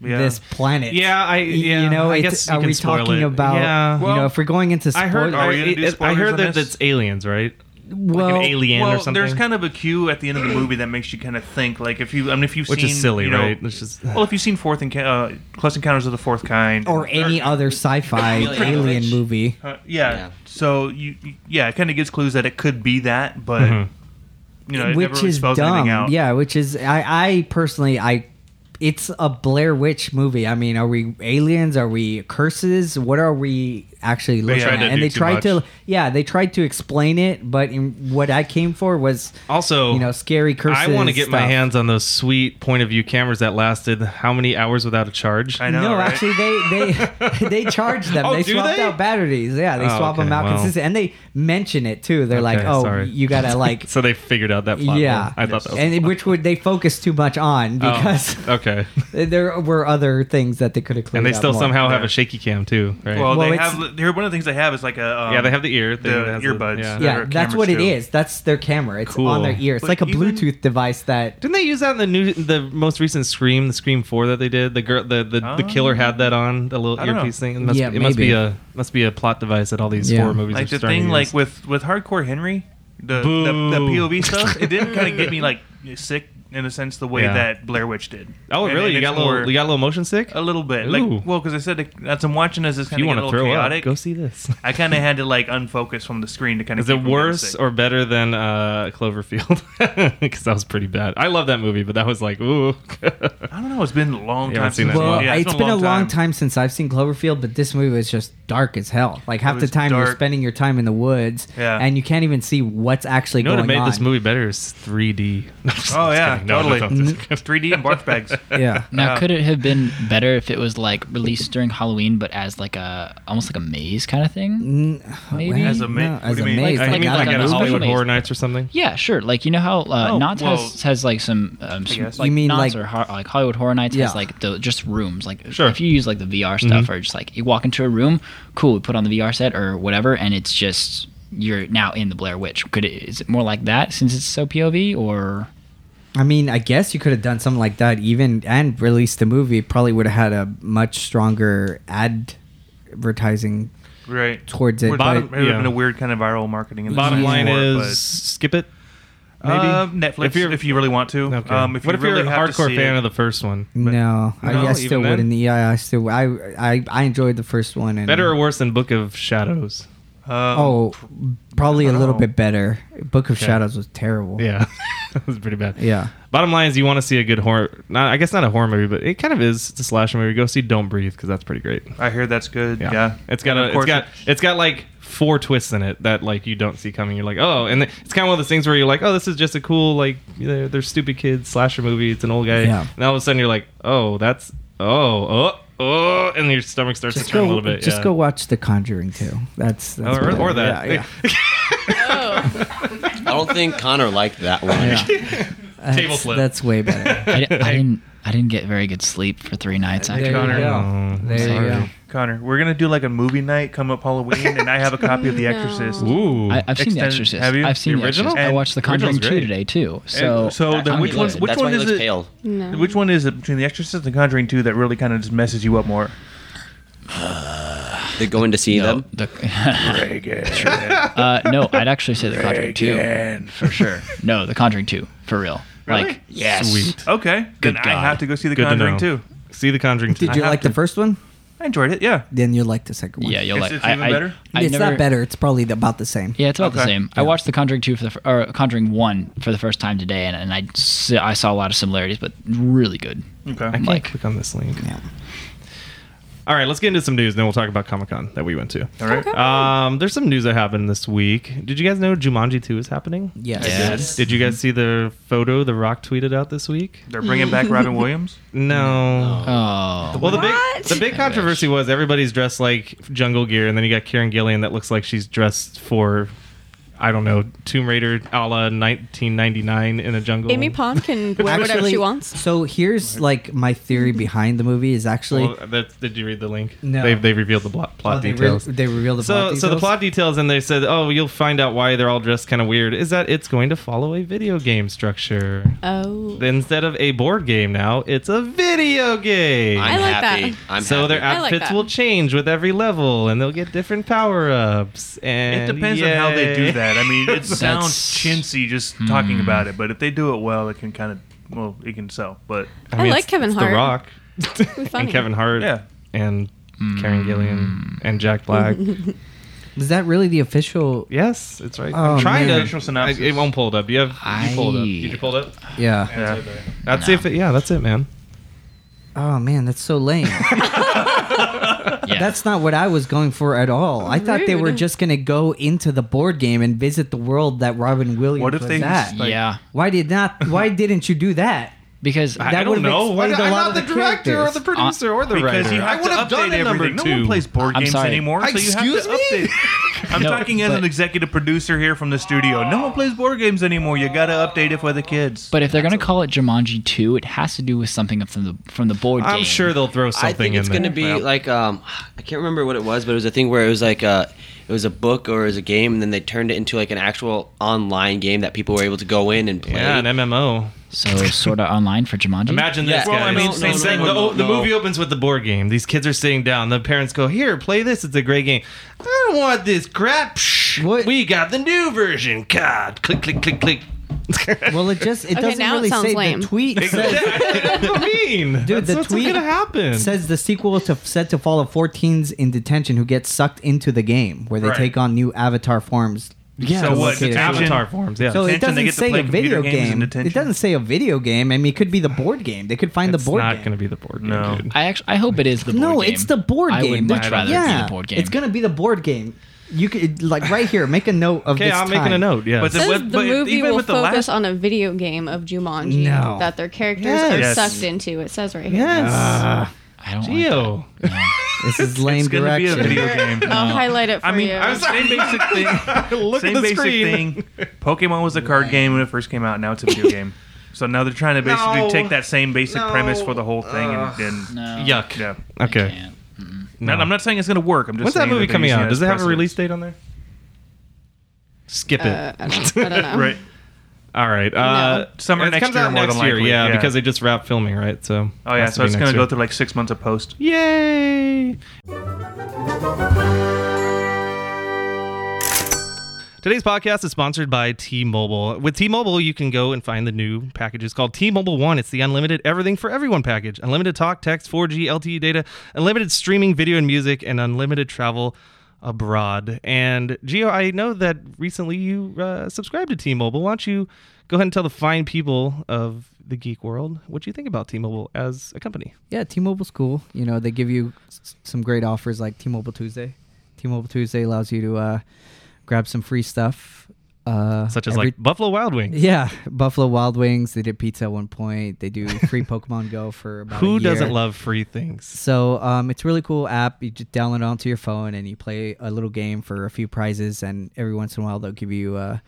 B: Yeah.
F: this planet
A: Yeah, I- yeah,
F: you know
A: I
F: it's-
A: guess you
F: are
A: can
F: we
A: spoil
F: talking
A: it.
F: about
A: Yeah.
F: you
B: Well,
F: know if we're going into spoilers
A: I heard.
B: Are
A: I,
B: we gonna do
A: it- I
B: spoilers
A: heard
B: on
A: that
B: this?
A: it's aliens, right?
F: well,
A: like an alien
B: well,
A: or something.
B: there's kind of a cue at the end of the movie that makes you kind of think. Like if you, I mean, if you've
A: Which
B: seen,
A: is silly,
B: you know,
A: right? It's just-
B: well, if you've seen Fourth Encounter, uh, Close Encounters of the Fourth Kind,
F: or any other sci-fi
E: Alien
F: alien
E: Witch.
F: movie.
B: uh, yeah.
E: Yeah.
B: So you, you- yeah, it kind of gives clues that it could be that, but
A: Mhm.
B: you know, it never
F: which
B: really
F: is
B: spells anything
F: dumb.
B: out.
F: Yeah, which is I, I personally I it's a Blair Witch movie. I mean, are we aliens? Are we curses? What are we actually looking
A: tried
F: at?
A: to
F: And
A: do
F: they
A: too
F: tried to
A: much.
F: yeah, they tried to explain it, but in, what I came for was
A: Also,
F: you know scary curses.
A: Oh. I want to get my
F: stuff.
A: hands on those sweet point of view cameras that lasted how many hours without a charge?
B: I know.
F: no,
B: right?
F: actually, they they they charge them.
A: Oh,
F: they
A: do
F: swapped
A: they?
F: out batteries. Yeah, they
A: Oh,
F: swap them
A: okay,
F: out
A: well.
F: consistently, and they mention it too. They're like,
A: Okay,
F: "Oh,
A: sorry.
F: you gotta like
A: so they figured out that plot.
F: yeah,
A: hole. I thought that was
F: and which would they focus too much on
A: Oh,
F: because
A: okay,
F: there were other things that they could have cleared.
A: and they
F: up
A: still
F: more.
A: somehow have
B: Yeah.
A: a shaky cam too, right?
B: Well,
F: Well,
B: they
F: it's-
B: have. Here, one of the things they have is like a. Um,
A: yeah, they have the ear, thing
B: the
A: that has
B: earbuds.
A: yeah.
B: Yeah.
F: Yeah,
B: better
F: that's
B: cameras,
F: what it
B: too.
F: is. That's their camera. It's
A: Cool.
F: on their ear. It's
B: But
F: like a
B: even-
F: Bluetooth device that.
A: Didn't they use that in the new, the most recent Scream, the Scream Four that they did? The girl, the the, the killer had that on the little
B: I don't know.
A: earpiece thing. It must,
F: Yeah,
A: it must be
F: maybe.
A: a must be a plot device that all these
F: Yeah.
A: horror movies
B: like
A: are
B: the
A: starting
B: thing
A: to
B: like
A: use.
B: with with hardcore henry the
A: Boo.
B: the, the pov stuff it didn't kind of get me like sick in a sense the way
A: Yeah.
B: that blair witch did
A: oh
B: And-
A: really?
B: and
A: you
B: it's
A: got a little
B: more-
A: you got a little motion stick?
B: a little bit
A: Ooh.
B: like well because i said it- as i'm watching this it's
A: if
B: kind
A: you
B: of
A: want
B: a
A: to
B: little
A: throw
B: chaotic
A: up? Go see this.
B: i kind of had to like unfocus from the screen to kind of
A: Is it worse or better than uh, Cloverfield? Because that was pretty bad. I love that movie, but that was like ooh.
B: i don't know it's been a long
A: Yeah, I haven't
B: time
A: seen that
B: since
A: in a
F: Well,
A: while.
B: yeah,
F: it's been a long time since I've seen Cloverfield, but this movie was just dark as hell. Like half the
B: was
F: time you're
B: dark.
F: spending your time in the woods,
B: Yeah.
F: and you can't even see what's actually
A: you know what
F: going
A: made
F: on.
A: this movie better is 3D. No, I'm just
B: Oh, yeah,
A: kidding. No, no,
B: totally.
A: no, I'm just kidding.
B: 3d and barf bags
F: Yeah,
D: Now,
B: Yeah.
D: could it have been better if it was like released during Halloween, but as like a almost like a maze kind of thing? Maybe.
B: As a ma-
F: No,
B: what
F: as
B: do
F: a
B: you mean?
F: maze.
A: I
D: Like
A: mean,
D: a-
A: like
D: like
A: at
D: a
A: a
D: special
A: Hollywood
D: maze.
A: Horror Nights or something.
D: yeah, sure. Like you know how uh,
B: Oh,
D: Knots
B: well-
D: has, has like some, um, some
B: guess.
D: like
F: You mean, like-
D: Knots or Har- like Hollywood Horror Nights
F: Yeah.
D: has like the just rooms. Like
A: Sure.
D: if you use like the VR stuff or just like you walk into a room, cool, we put on the VR set or whatever, and it's just you're now in the Blair Witch. Could it, is it more like that since it's so POV or?
F: I mean, I guess you could have done something like that, even and released the movie. Probably would have had a much stronger advertising
B: right
F: towards it,
B: Would-
A: Bottom-
B: it would have
A: yeah.
B: been a weird kind of viral marketing. In
A: Bottom
B: the
A: line
B: sport,
A: is skip it.
B: but-
A: Maybe
B: Uh, Netflix if,
A: you're-
B: you really want to.
A: Okay.
B: Um, if
A: what
B: you
A: if
B: really
A: you're a
B: have to
A: hardcore
B: see
A: fan
B: it-
A: of the first one?
F: Mm. No, I,
A: No,
F: I
A: even
F: still
A: then?
F: wouldn't. Yeah, I still. I I I enjoyed the first one. And,
A: Better or worse than Book of Shadows?
B: Um,
F: Oh, probably
B: I
F: a
B: don't
F: little
B: know.
F: bit better. Book of
A: Okay.
F: Shadows was terrible.
A: Yeah, that was pretty bad.
F: Yeah.
A: Bottom line is, you want to see a good horror. Not, I guess not a horror movie, but it kind of is. It's a slasher movie. Go see Don't Breathe because that's pretty great.
B: I hear that's good. Yeah,
A: It's got
B: And
A: a,
B: of
A: it's
B: course
A: got
B: it-
A: it's got like four twists in it that like you don't see coming. You're like, oh, and it's kind of one of those things where you're like, oh, this is just a cool like they're, they're stupid kids slasher movie. It's an old guy,
F: Yeah.
A: and all of a sudden you're like, oh, that's oh oh oh, and your stomach starts
F: Just
A: to turn
F: go.
A: a little bit.
F: just
A: yeah.
F: go watch The Conjuring too. That's, that's
A: Or,
F: better.
A: or that.
F: Yeah, yeah.
C: Oh,
E: I don't think Connor liked that one.
F: That's-
A: Table flip.
F: That's way better.
D: I, di- I didn't. I didn't get very good sleep for three nights
F: there
D: after.
F: you
B: Connor.
F: go.
A: Oh,
F: There
D: sorry.
F: you go.
B: Connor, we're gonna do like a movie night come up Halloween, and I have a copy of The
C: No.
B: Exorcist.
A: Ooh.
D: I, I've seen The
B: Extended-
D: Exorcist.
B: have you?
D: I've seen
A: The
D: the,
A: original?
D: Exorcist. I
B: And-
D: watched The Conjuring
A: original's
D: 2
A: great.
D: today too. So
B: And so
D: I'm
B: then which
D: good.
B: one?
E: looks-
B: Which
E: that's why
B: one
E: he
B: is
E: looks
B: it?
E: pale.
C: no.
B: Which one is it between The Exorcist and The Conjuring Two that really kind of just messes you up more?
E: They go in to see
D: No,
E: them.
D: the,
B: Reagan.
D: uh, no, I'd actually say The Conjuring 2 for sure. No, The Conjuring 2 for real. Like yes.
A: Sweet.
B: Okay, then
D: Good
B: I
D: God.
B: have to go see The
A: Good to
B: Conjuring
A: know.
B: Two.
A: See the Conjuring.
F: Did you
B: have
F: like the
B: to-
F: first one?
B: I enjoyed it. Yeah.
F: Then you'll like the second one.
D: Yeah, you'll
B: It's-
D: like.
B: it's
D: I,
B: even
D: I-
B: better?
D: I
F: it's
D: never-
F: not better. It's probably about the same.
D: Yeah, it's about the
B: Okay.
D: same. I watched The Conjuring 2 for the fir- or Conjuring 1 for the first time today, and, and I, s- I saw a lot of similarities, but really good.
B: Okay.
A: I can't
D: Like-
A: click on this link.
F: Yeah.
A: All right, let's get into some news. Then we'll talk about Comic Con that we went to.
B: All right.
A: Um, there's some news that happened this week. Did you guys know Jumanji 2 is happening?
F: Yes.
D: Yes.
A: Did you guys see the photo The Rock tweeted out this week?
B: They're bringing back Robin Williams.
A: No.
D: Oh.
A: Well, the
C: What?
A: big the big controversy was everybody's dressed like jungle gear, and then you got Karen Gillian that looks like she's dressed for, I don't know, Tomb Raider a la 1999 in a jungle.
C: Amy Pond can wear whatever she wants.
F: So here's like my theory behind the movie is actually
A: Well, that's, did you read the link?
F: No.
A: They've, they've revealed the blot, plot
F: Oh, they, re-
A: details.
F: they reveal the plot
A: so,
F: details.
A: so the plot details, and they said, "Oh, you'll find out why they're all dressed kind of weird." Is that it's going to follow a video game structure?
C: Oh,
A: instead of a board game now, it's a video game.
C: I
E: I'm
C: like
E: happy.
C: that.
E: I'm
A: so their
E: happy.
C: I like
A: outfits
C: that.
A: will change with every level, and they'll get different power ups.
B: It
A: And
B: depends on how they do
A: yay.
B: that. I mean, it sounds
D: That's- Hmm.
B: chintzy just talking about it, but if they do it well, it can kind of well, it can sell. But
A: I,
C: like
A: it's-
C: Kevin
A: it's
C: Hart.
A: The Rock, and
C: funny.
A: Kevin Hart,
B: Yeah. Mm.
A: and Karen Gillian, and Jack Black.
F: is that really the official?
A: yes, it's right.
F: Oh,
A: I'm trying
B: man.
A: to.
B: Official synopsis.
A: I- it won't pull it up. You have you pulled it up.
D: I-
A: You pulled it. up?
F: Yeah.
B: yeah,
A: That's if it. Yeah, that's it, man.
F: Oh man, that's so lame.
D: Yeah.
F: that's not what I was going for at all. I thought they were
C: Rude.
F: just gonna go into the board game and visit the world that Robin Williams
B: What if
F: was
B: they-
F: at.
B: like-
D: yeah.
F: Why did not? Why didn't you do that?
D: Because
A: I- I
F: That
A: don't
F: would've
A: know. Why
F: explained
A: not-
F: a
A: I'm
F: lot
A: not
F: of
A: the,
F: the
A: director or
F: characters.
A: the producer or the
B: Uh, because
A: writer.
B: you
A: I
B: have
A: would have
B: to update
A: done a number
B: everything.
A: two.
B: No one plays board
D: I'm
B: games
D: sorry.
B: anymore, so you have
A: Excuse
B: to
A: me?
B: update. I'm
D: No,
B: talking as an
D: but-
B: executive producer here from the studio. No one plays board games anymore. You got to update it for the kids.
D: But if they're gonna call it Jumanji 2, it has to do with something from the from the board game.
A: I'm sure they'll throw something
E: I think
A: in
E: it's
A: there.
E: going to be like um, I can't remember what it was, but it was a thing where it was like a, it was a book or it was a game, and then they turned it into like an actual online game that people were able to go in and play.
A: yeah, an MMO.
D: So sort of online for Jumanji.
A: Imagine
E: Yeah.
A: this,
E: Well,
A: guys.
E: I mean,
A: They
E: same
A: said
E: thing
A: the,
E: with-
A: oh, the
E: no.
A: movie opens with the board game. These kids are sitting down. The parents go, "Here, play this. It's a great game." I don't want this crap. Psh,
F: What?
A: We got the new version. God, click, click, click, click.
F: Well, it just it
C: Okay,
F: doesn't
C: now it
F: really
C: sounds
F: say
C: lame.
F: the tweet says,
A: That's what I mean. That's
F: the
A: what's
F: tweet
A: gonna happen.
F: says the sequel to said to follow 14s in detention who get sucked into the game where they
B: Right.
F: take on new avatar forms.
A: yeah,
B: So
F: to
B: what,
F: locate
B: it's
F: it.
B: action?
A: Avatar forms. Yeah.
F: So it
B: Detention,
F: doesn't
B: they get to
F: say
B: play
F: a video
B: computer games in
F: game.
B: detention?
F: It doesn't say a video game. I mean, it could be the board game. They could find
A: it's
F: the board
A: not
F: game.
A: going to be the board game.
B: No.
A: dude.
D: I actually I hope it is the board
F: no,
D: game.
F: it's the board
D: I
F: game.
D: would much rather it be
F: yeah,
D: the board game.
F: It's gonna be the board game. You could like right here, make a note of
A: Okay,
F: this
A: I'm
F: time.
A: making a note. Yeah.
B: But the-
C: Says
B: with-
C: the
B: but
C: movie
B: even
C: will
B: with the last-
C: focus on a video game of Jumanji
F: No.
C: that their characters are
A: Yes.
C: sucked into. It says right here.
A: yes. Uh,
D: I don't like that.
A: Geo.
F: This is lame
B: it's gonna be a
F: direction.
B: video game.
C: I'll highlight it for
B: I mean,
C: you.
B: I'm same basic thing.
A: Look
B: same
A: at the
B: basic
A: screen.
B: thing. Pokemon was a card game when it first came out. Now it's a video game. So now they're trying to basically
A: No.
B: take that same basic
A: No.
B: premise for the whole thing and, and
D: No,
A: Yuck.
B: yeah.
D: I
A: Okay.
D: can't.
B: Not, I'm not saying it's going to work. I'm just
A: When's that
B: saying
A: movie
B: they're
A: coming
B: using
A: out?
B: as
A: Does it have a
B: precedent.
A: release date on there? Skip it.
C: Uh, I, don't, I don't know.
B: Right.
A: All right. Uh,
B: Summer
A: it
B: next
A: comes
B: year,
A: out
B: more
A: next
B: than
A: year,
B: likely,
A: yeah,
B: yeah.
A: because they just wrapped filming, right? So.
B: Oh yeah,
A: has to
B: so
A: be
B: it's
A: next
B: going to go
A: year.
B: through like six months of post.
A: Yay! Today's podcast is sponsored by T-Mobile. With T-Mobile, you can go and find the new packages called T-Mobile One. It's the unlimited everything for everyone package. Unlimited talk, text, 4G, LTE E data, unlimited streaming, video and music, and unlimited travel abroad. And Gio, I know that recently you uh, subscribed to T-Mobile. Why don't you go ahead and tell the fine people of the geek world what you think about T-Mobile as a company?
F: Yeah, T-Mobile's cool. You know, they give you s- some great offers like T-Mobile Tuesday. T-Mobile Tuesday allows you to uh, grab some free stuff, uh,
A: Such as
F: every-
A: like Buffalo Wild Wings.
F: yeah, Buffalo Wild Wings. They did pizza at one point. They do free Pokemon Go for about a
A: Who doesn't
F: year.
A: love free things?
F: So um, it's a really cool app. You just download it onto your phone and you play a little game for a few prizes. And every once in a while, they'll give you uh,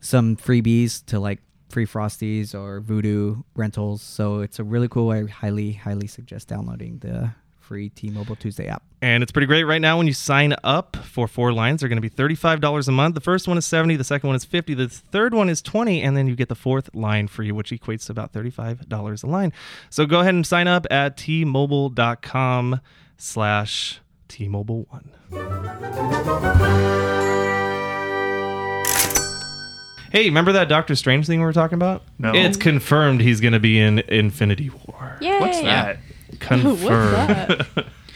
F: some freebies to like free Frosties or Voodoo rentals. So it's a really cool. I highly, highly suggest downloading the free T-Mobile Tuesday app.
A: And it's pretty great right now when you sign up for four lines. They're going to be $35 a month. The first one is 70, the second one is 50, the third one is 20, and then you get the fourth line free, which equates to about $35 a line. So go ahead and sign up at tmobile.com slash T-Mobile one. Hey, remember that Doctor Strange thing we were talking about?
B: No.
A: It's confirmed he's going to be in Infinity War.
C: Yay.
B: What's that?
A: Confirmed.
C: that?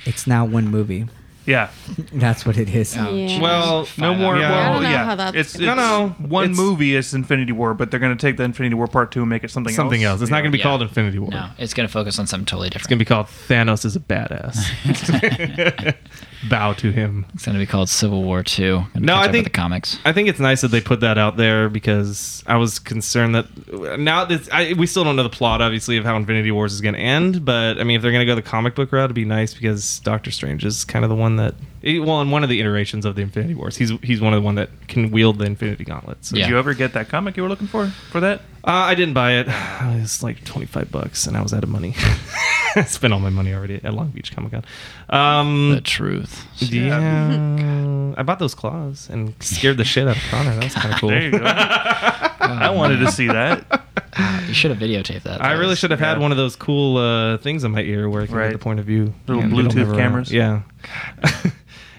F: It's now one movie.
B: Yeah.
F: That's what it is.
D: Oh,
C: Yeah.
D: jeez.
A: Well,
B: No more.
A: Yeah.
B: Well,
A: I don't
C: know
B: yeah.
C: how that's
B: it's,
C: gonna
B: it's
A: No, no,
B: One
A: it's-
B: movie is Infinity War, but they're going to take the Infinity War Part Two and make it something
A: something else.
B: else.
A: It's not going to be
D: Yeah.
A: called Infinity War.
D: no, it's going to focus on something totally different.
A: It's gonna be called Thanos is a badass. Bow to him.
D: It's going to be called Civil War Two.
A: No, I think-
D: the comics.
A: I think it's nice that they put that out there because I was concerned that now that I, we still don't know the plot, obviously, of how Infinity Wars is going to end. But I mean, if they're going to go the comic book route, it'd be nice because Doctor Strange is kind of the one that, eh, well, in one of the iterations of the Infinity Wars, he's he's one of the one that can wield the Infinity Gauntlet. So
B: Did
D: Yeah.
B: you ever get that comic you were looking for? For that?
A: uh, I didn't buy it. It was like twenty five bucks, and I was out of money. I spent all my money already at Long Beach Comic Con. Um,
D: The truth.
A: Yeah. I bought those claws and scared the shit out of Connor. That was kind of cool.
B: There you go. I wanted to see that.
D: Oh, You should have videotaped that.
A: I
D: That
A: really
D: was-
A: should have had
B: yeah.
A: one of those cool uh, things in my ear where I can get
B: Right.
A: the point of view.
B: Little
A: they don't
B: Bluetooth
A: ever-
B: cameras.
A: Yeah.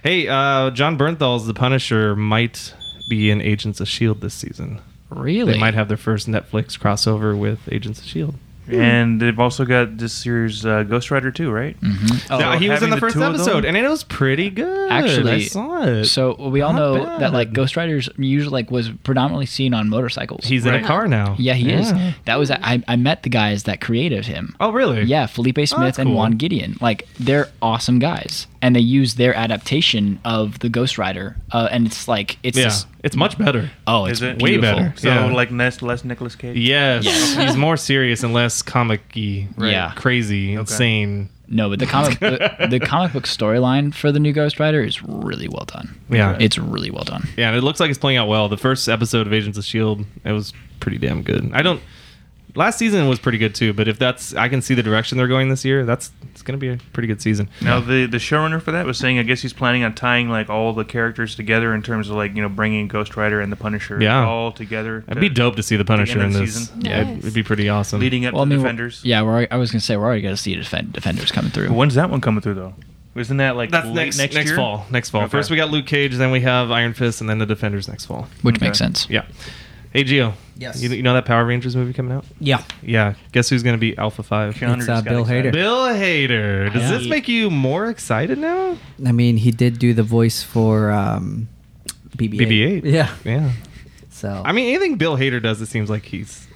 A: hey, uh, John Bernthal's The Punisher might be in Agents of S.H.I.E.L.D. E this season.
D: Really?
A: They might have their first Netflix crossover with Agents of S.H.I.E.L.D.
B: And they've also got this year's uh, Ghost Rider 2, right?
D: Mhm.
B: Oh,
A: Yeah, he was in
B: having
A: the
B: the
A: first
B: two of
A: episode,
B: them?
A: and it was pretty good. I
D: Actually,
A: saw it.
D: So we all
A: Not
D: know that like
A: bad.
D: Ghost Riders usually like was predominantly seen on motorcycles.
A: he's in
B: Right.
A: a car now.
D: yeah, he is. That was I, I met the guys that created him.
A: Oh, really?
D: Yeah, Felipe Smith
A: that's
D: and
A: cool.
D: Juan Gideon. Like they're awesome guys, and they use their adaptation of the Ghost Rider, uh, and it's like it's
A: Yeah.
D: just,
A: It's much better.
D: oh, it's
B: Is it?
A: Way
D: beautiful.
A: better.
B: So,
A: Yeah.
B: like, less, less Nicolas Cage?
A: Yes,
D: Yes.
A: he's more serious and less comic-y, right?
D: Yeah.
A: crazy, insane.
D: No, but the comic the, the comic book storyline for the new Ghost Rider is really well done.
A: Yeah.
D: it's really well done.
A: Yeah, and it looks like it's playing out well. The first episode of Agents of Shield, E it was pretty damn good. I don't. Last season was pretty good too, but if that's, I can see the direction they're going this year. That's it's going to be a pretty good season.
B: Now the the showrunner for that was saying, I guess he's planning on tying like all the characters together in terms of like you know bringing Ghost Rider and the Punisher
A: Yeah.
B: all together.
A: It'd be
B: to-
A: dope to see the Punisher in
B: end of the
A: this.
B: season.
A: Yeah,
C: Nice.
A: it'd be pretty awesome.
B: leading up
D: Well, I
B: to
D: mean,
B: Defenders.
D: yeah, we're already, I was gonna say we're already gonna see Defen- Defenders coming through.
B: But when's that one coming through though? Isn't that like
A: that's
B: late
A: next next,
B: year?
A: fall. Next fall.
B: Okay.
A: First we got Luke Cage, then we have Iron Fist, and then the Defenders next fall.
D: Which
B: Okay.
D: makes sense.
A: Yeah. Hey Gio.
F: Yes.
A: You, you know that Power Rangers movie coming out?
F: Yeah,
A: Yeah. Guess who's going to be Alpha Five?
B: Keanu
F: It's,
B: just
F: uh,
B: got
F: Bill Hader.
B: excited.
A: Bill Hader. Does
D: Yeah.
A: this make you more excited now?
F: I mean, he did do the voice for um, BB-8.
A: BB-8.
F: Yeah. Oh.
A: Yeah.
F: So
A: I mean, anything Bill Hader does, it seems like he's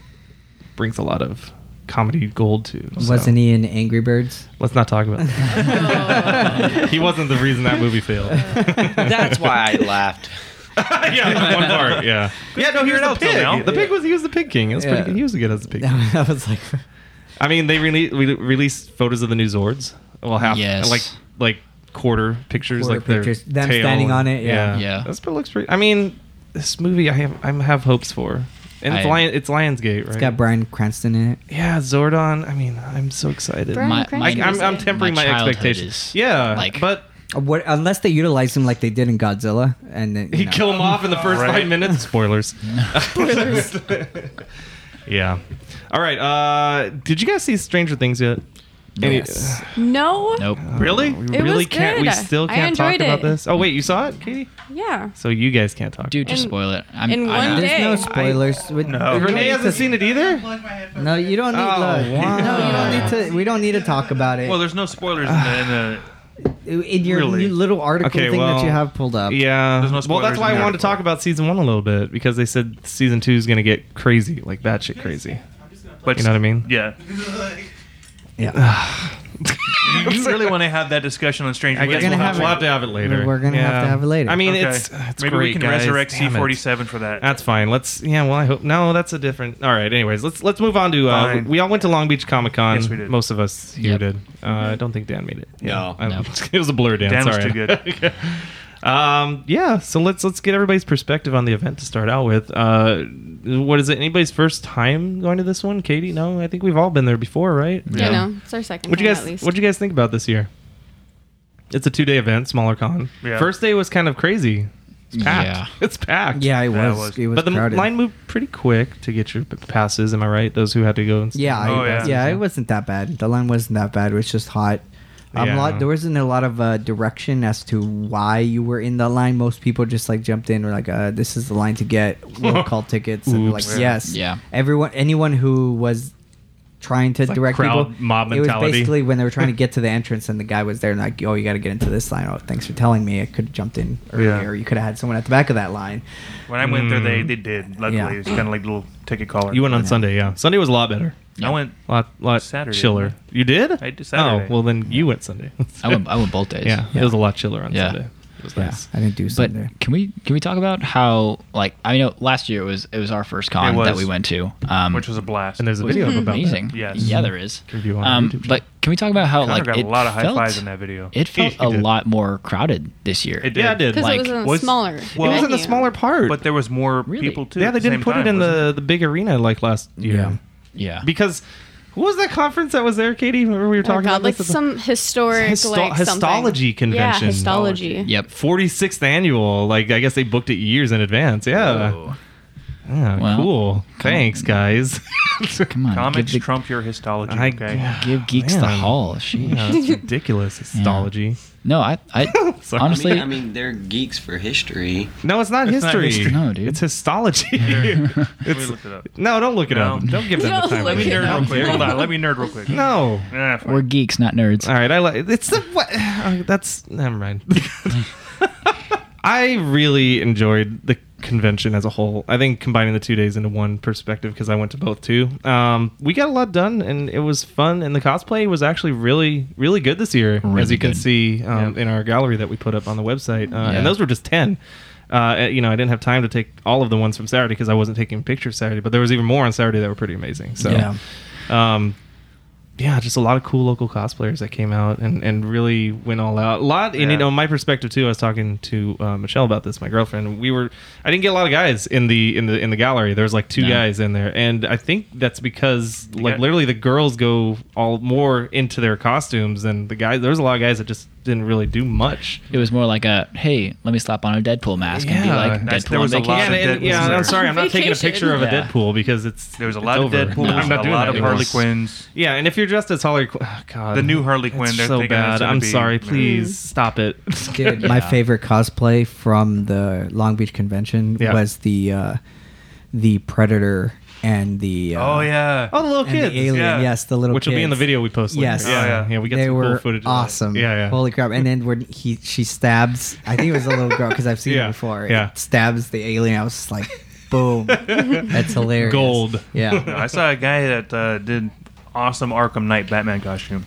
A: brings a lot of comedy gold to. so
F: wasn't he in Angry Birds?
A: Let's not talk about that. he wasn't the reason that movie failed.
E: That's why I laughed.
A: yeah, that one part. Yeah. Yeah, no, he was the
B: till now.
A: pig. The pig was he was the pig king. It was
F: Yeah.
A: pretty good. He was good as the pig. king.
F: I was like,
A: I mean, they rele- we released photos of the new Zords. Well, half
D: Yes.
A: like like quarter pictures,
F: Quarter
A: like their
F: pictures. Them
A: tail
F: standing on it, yeah.
D: Yeah.
A: That's pretty looks pretty. I mean, this movie I have I have hopes for, and it's
D: I-
A: Lion it's Lionsgate, right?
F: it's got Brian Cranston in it.
A: yeah, Zordon. I mean, I'm so excited.
C: Brian
D: My-
A: I,
C: Cranston.
A: I'm, I'm
C: is it?
A: tempering my,
D: My childhood
A: expectations.
D: is,
A: Yeah,
D: like-
A: but
F: Uh, What, unless they utilize him like they did in Godzilla, and then you
A: he
F: know.
A: killed him off in the first
B: Right.
A: five minutes. Spoilers. Spoilers. yeah. All right. Uh, did you guys see Stranger Things yet? Any- Uh,
D: Yes.
C: No.
D: Nope.
A: Really?
C: It
A: really
C: was
A: can't. We
C: good.
A: still
C: I
A: can't talk
C: enjoyed
A: about
C: it.
A: this. Oh wait, you saw it, Katie?
C: Yeah.
A: So you guys can't talk.
D: Dude, just
C: In-
D: spoil it. I'm,
C: in
D: I-
C: one
F: There's
C: day.
F: no spoilers. We-
B: No.
F: we don't
A: Renee
F: need
A: hasn't
F: to-
A: seen it either.
F: No, you don't need.
A: Oh,
F: look,
A: wow.
F: No, you don't need to. We don't need to talk about it.
B: Well, there's no spoilers in the. In the
F: in your
B: really.
F: little article
A: Okay,
F: thing
A: well,
F: that you have pulled up.
A: Yeah.
B: There's no
A: well,
B: spoilers
A: that's why
B: in
A: I
B: the
A: wanted to
B: article.
A: talk about season one a little bit because they said season two is gonna get crazy, like batshit crazy.
B: but
A: You know what I mean?
B: Yeah.
F: Yeah.
B: You really want to have that discussion on Stranger
A: I guess
B: Things?
A: we'll
F: gonna
A: have,
F: have
A: we'll
F: it-
A: have to have it later.
F: we're gonna have to have it later.
A: I mean,
B: Okay.
A: it's, it's
B: Maybe
A: great,
B: we can
A: guys.
B: resurrect
A: Damn it.
B: C47 for that.
A: That's fine. Let's yeah. Well, I hope no. That's a different. All right. Anyways, let's let's move on to. Uh,
B: Fine.
A: we all went to Long Beach Comic Con.
B: Yes, we did.
A: Most of us here
D: Yep.
A: did. Uh, I don't think Dan made it.
E: No.
A: I-
D: No.
A: it was a blur. Dan,
B: Dan was
A: sorry.
B: too good.
A: um, yeah. So let's let's get everybody's perspective on the event to start out with. Uh, what is it? Anybody's first time going to this one? Katie? No, I think we've all been there before, right?
C: Yeah.
D: Yeah.
C: No. It's our second.
A: What you
C: time
A: guys
C: At least.
A: What you guys think about this year? It's a two day event, smaller con.
B: Yeah.
A: First day was kind of crazy. It's packed.
D: Yeah.
A: It's packed.
F: Yeah, it
B: Yeah, it
F: was.
B: was.
F: It was
A: but the
F: crowded.
A: line moved pretty quick to get your p- passes. Am I right? Those who had to go. And stuff.
F: yeah, I-
B: Oh, yeah.
F: yeah, it wasn't that bad. The line wasn't that bad. It was just hot. Um,
A: Yeah.
F: a lot, there wasn't a lot of uh, direction as to why you were in the line. Most people just like jumped in. Were like, uh, "This is the line to get roll call tickets." And like,
A: Oops.
F: yes,
D: Yeah.
F: Everyone, anyone who was trying to
A: like
F: direct
A: crowd
F: people,
A: mob
F: it was
A: mentality.
F: basically when they were trying to get to the entrance, and the guy was there, and like, "Oh, you got to get into this line." Oh, thanks for telling me. I could have jumped in earlier.
B: Yeah.
F: Or you could have had someone at the back of that line.
B: When I went there, they, they did. Luckily,
F: Yeah.
B: it was kind of like little ticket caller.
A: Mm. You went on Sunday. Yeah, Sunday was a lot better.
B: I went.
A: A lot, lot
B: Saturday,
A: chiller.
B: didn't
A: You did?
B: I did Saturday.
A: Oh, well then you went Sunday.
D: I went. I went both days.
A: yeah, it was a lot chiller on
D: Yeah.
A: Sunday. It was
F: Yeah,
A: nice.
F: I didn't do
D: But
F: something.
D: can we can we talk about how like I know last year it was it was our first con
B: It was.
D: that we went to, um,
B: Which was a blast.
A: And there's a
D: which
A: video
C: Mhm.
D: was
A: up about
D: amazing.
A: That.
B: Yes.
D: Yeah, there is.
A: Can view on our
D: Um,
A: YouTube channel.
D: but can we talk about how
B: Connor
D: like
B: got a
D: it
B: lot of high
D: felt-
B: fives in that video.
D: It felt
A: He
D: a
A: did.
D: lot more crowded this year.
B: It did.
A: Yeah, I did.
C: Because
A: Like,
C: it was in a
B: what's-
C: smaller.
B: Well-
A: it was in the
C: venue.
A: smaller part.
B: but there was more
D: Really?
B: people too.
A: yeah,
B: at
A: they
B: the
A: didn't
B: same
A: put
B: time,
A: it in
B: wasn't
A: the the big arena like last year.
F: Yeah.
D: Yeah.
A: Because who was that conference that was there, Katie? Remember we were
C: Oh my
A: talking
C: God,
A: about
C: like
A: this?
C: some historic
A: Histo-
C: like something.
A: histology convention.
C: Yeah, histology.
D: yep.
A: 46th annual. Like I guess they booked it years in advance. Yeah.
D: Whoa.
A: Yeah,
D: Well,
A: cool. Thanks, guys.
D: Come on.
B: Comics
D: give, the,
B: trump your histology.
A: I-
B: okay.
D: give geeks the
A: Man.
D: hall. Sheesh.
A: Yeah, it's ridiculous. Histology.
D: No, I, I
A: Sorry.
D: honestly,
E: I mean, I mean, they're geeks for history.
A: No, it's not
B: It's not
A: history.
B: history.
D: No, dude.
A: It's histology.
B: Let me
A: it's,
B: look it up.
A: no, don't look it
B: No.
A: up. Don't give them the
C: Don't
A: time.
C: look
A: of
B: Let me
A: day.
C: it
B: nerd
C: up.
B: real quick. Hold on. Let me nerd real quick.
A: No.
B: Nah, fine.
D: we're geeks, not nerds.
A: All right, I like it's the what uh, that's never mind. I really enjoyed the convention as a whole. I think combining the two days into one perspective because I went to both too. Um, we got a lot done and it was fun. And the cosplay was actually really, really good this year, as
D: Really
A: you can
D: good.
A: see um,
B: Yeah.
A: in our gallery that we put up on the website. Uh,
D: Yeah.
A: And those were just ten. Uh, you know, I didn't have time to take all of the ones from Saturday because I wasn't taking pictures Saturday, but there was even more on Saturday that were pretty amazing. So
D: Yeah.
A: um, yeah, just a lot of cool local cosplayers that came out and, and really went all out. A lot, and
B: Yeah.
A: you know, my perspective too. I was talking to uh, Michelle about this, my girlfriend. We were, I didn't get a lot of guys in the in the in the gallery. There was like two
D: No.
A: guys in there, and I think that's because like
B: got-
A: literally the girls go all more into their costumes than the guys. There was a lot of guys that just didn't really do much.
D: It was more like a hey, let me slap on a Deadpool mask and be
A: Yeah.
D: like
B: That's-
D: Deadpool
B: there was
D: on
B: a lot
A: Yeah,
B: of
D: vacation.
A: and, and-
B: Deadpool
A: yeah, and I'm
B: was there.
A: sorry, I'm not taking a
C: Vacation.
A: picture of a
D: Yeah.
A: Deadpool because it's
B: There was a
A: it's
B: lot of
A: over.
B: Deadpool.
A: I'm not
B: a
A: doing
B: lot
A: that
B: of Harley
A: anymore.
B: Quinns.
A: Yeah, and if you're dressed as Harley Quinn, oh, God,
B: The new Harley
A: It's
B: Quinn, they're
A: so
B: thinking it's
A: bad.
B: gonna
A: I'm
B: be-
A: sorry.
B: Mm.
A: Please stop it.
F: Dude, my
D: Yeah.
F: favorite cosplay from the Long Beach convention
A: Yeah.
F: was the uh, the Predator and the uh,
B: Oh yeah.
A: oh, the little
F: and the
A: kids,
F: alien.
B: yeah.
F: Yes, the little
A: which will be in the
F: kids.
A: video we post.
F: Yes.
A: later. yeah,
B: Oh,
A: yeah,
B: yeah.
A: yeah. We got
F: they
A: some
F: were
A: cool footage. of that.
F: awesome.
A: Yeah, yeah.
F: Holy crap! And then when he she stabs, I think it was a little girl because I've seen
A: Yeah,
F: it before. It
A: yeah.
F: stabs the alien. I was just like, boom, that's hilarious.
A: Gold.
B: No,
F: Yeah.
B: I saw a guy that uh, did awesome Arkham Knight Batman costume.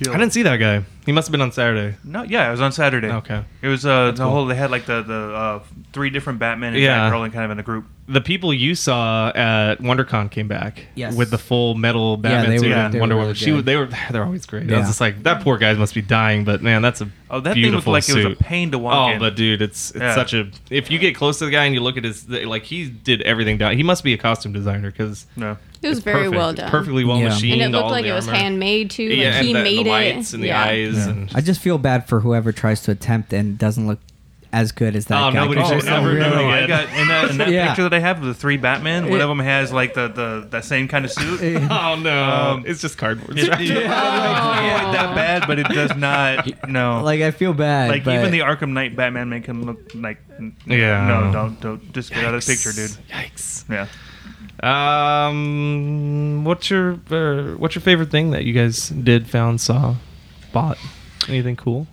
A: I didn't see that guy. He must have been on Saturday.
B: No, yeah, it was on Saturday.
A: Okay.
B: It was uh, the
A: cool.
B: whole. They had like the the uh, three different Batman and
A: Yeah.
B: Batgirl and kind of in a group.
A: The people you saw at WonderCon came back
F: Yes.
A: with the full metal Batman
F: they
A: suit
F: were-
A: and
F: they were
A: Wonder Woman.
F: really
A: She, was-
F: good.
A: they were, they're always great. I
F: Yeah.
A: was just like, that poor guy must be dying. But man, that's a
B: Oh, that thing looked
A: beautiful
B: like it was
A: suit.
B: a pain to walk
A: Oh,
B: in.
A: but dude, it's it's
B: Yeah.
A: such a. If you get close to the guy and you look at his, like he did everything down. He must be a costume designer because
B: no.
C: It was
A: It's
C: very
A: perfect.
C: well
A: It's
C: done.
A: perfectly well
F: Yeah.
A: machined.
C: And it
A: all
C: looked like
A: the
C: it was
A: armor.
C: handmade too.
A: Yeah,
C: like
A: and
C: he
A: the,
C: made
A: the
C: it.
A: lights and the
C: Yeah.
A: eyes and
F: I just feel bad for whoever tries to attempt and doesn't look as good as that
A: Oh,
F: guy.
A: nobody
F: could
B: Oh,
A: should
F: do.
B: no,
A: ever
B: no,
A: do
B: no,
A: it
B: I
A: again.
B: got in that, in that
F: Yeah.
B: picture that I have of the three Batman. One of them has like the, the that same kind of suit. It's
A: Oh no,
B: Um,
A: it's just cardboard.
B: it's not quite that bad, but it does not. No, like,
F: Like I feel bad. but
B: even the Arkham Knight Batman make him look like. n-
A: Yeah.
B: No, don't don't just get out of the picture, dude.
A: Yikes.
B: Yeah.
A: Um, what's your uh, what's your favorite thing that you guys did, found, saw, bought? Anything cool?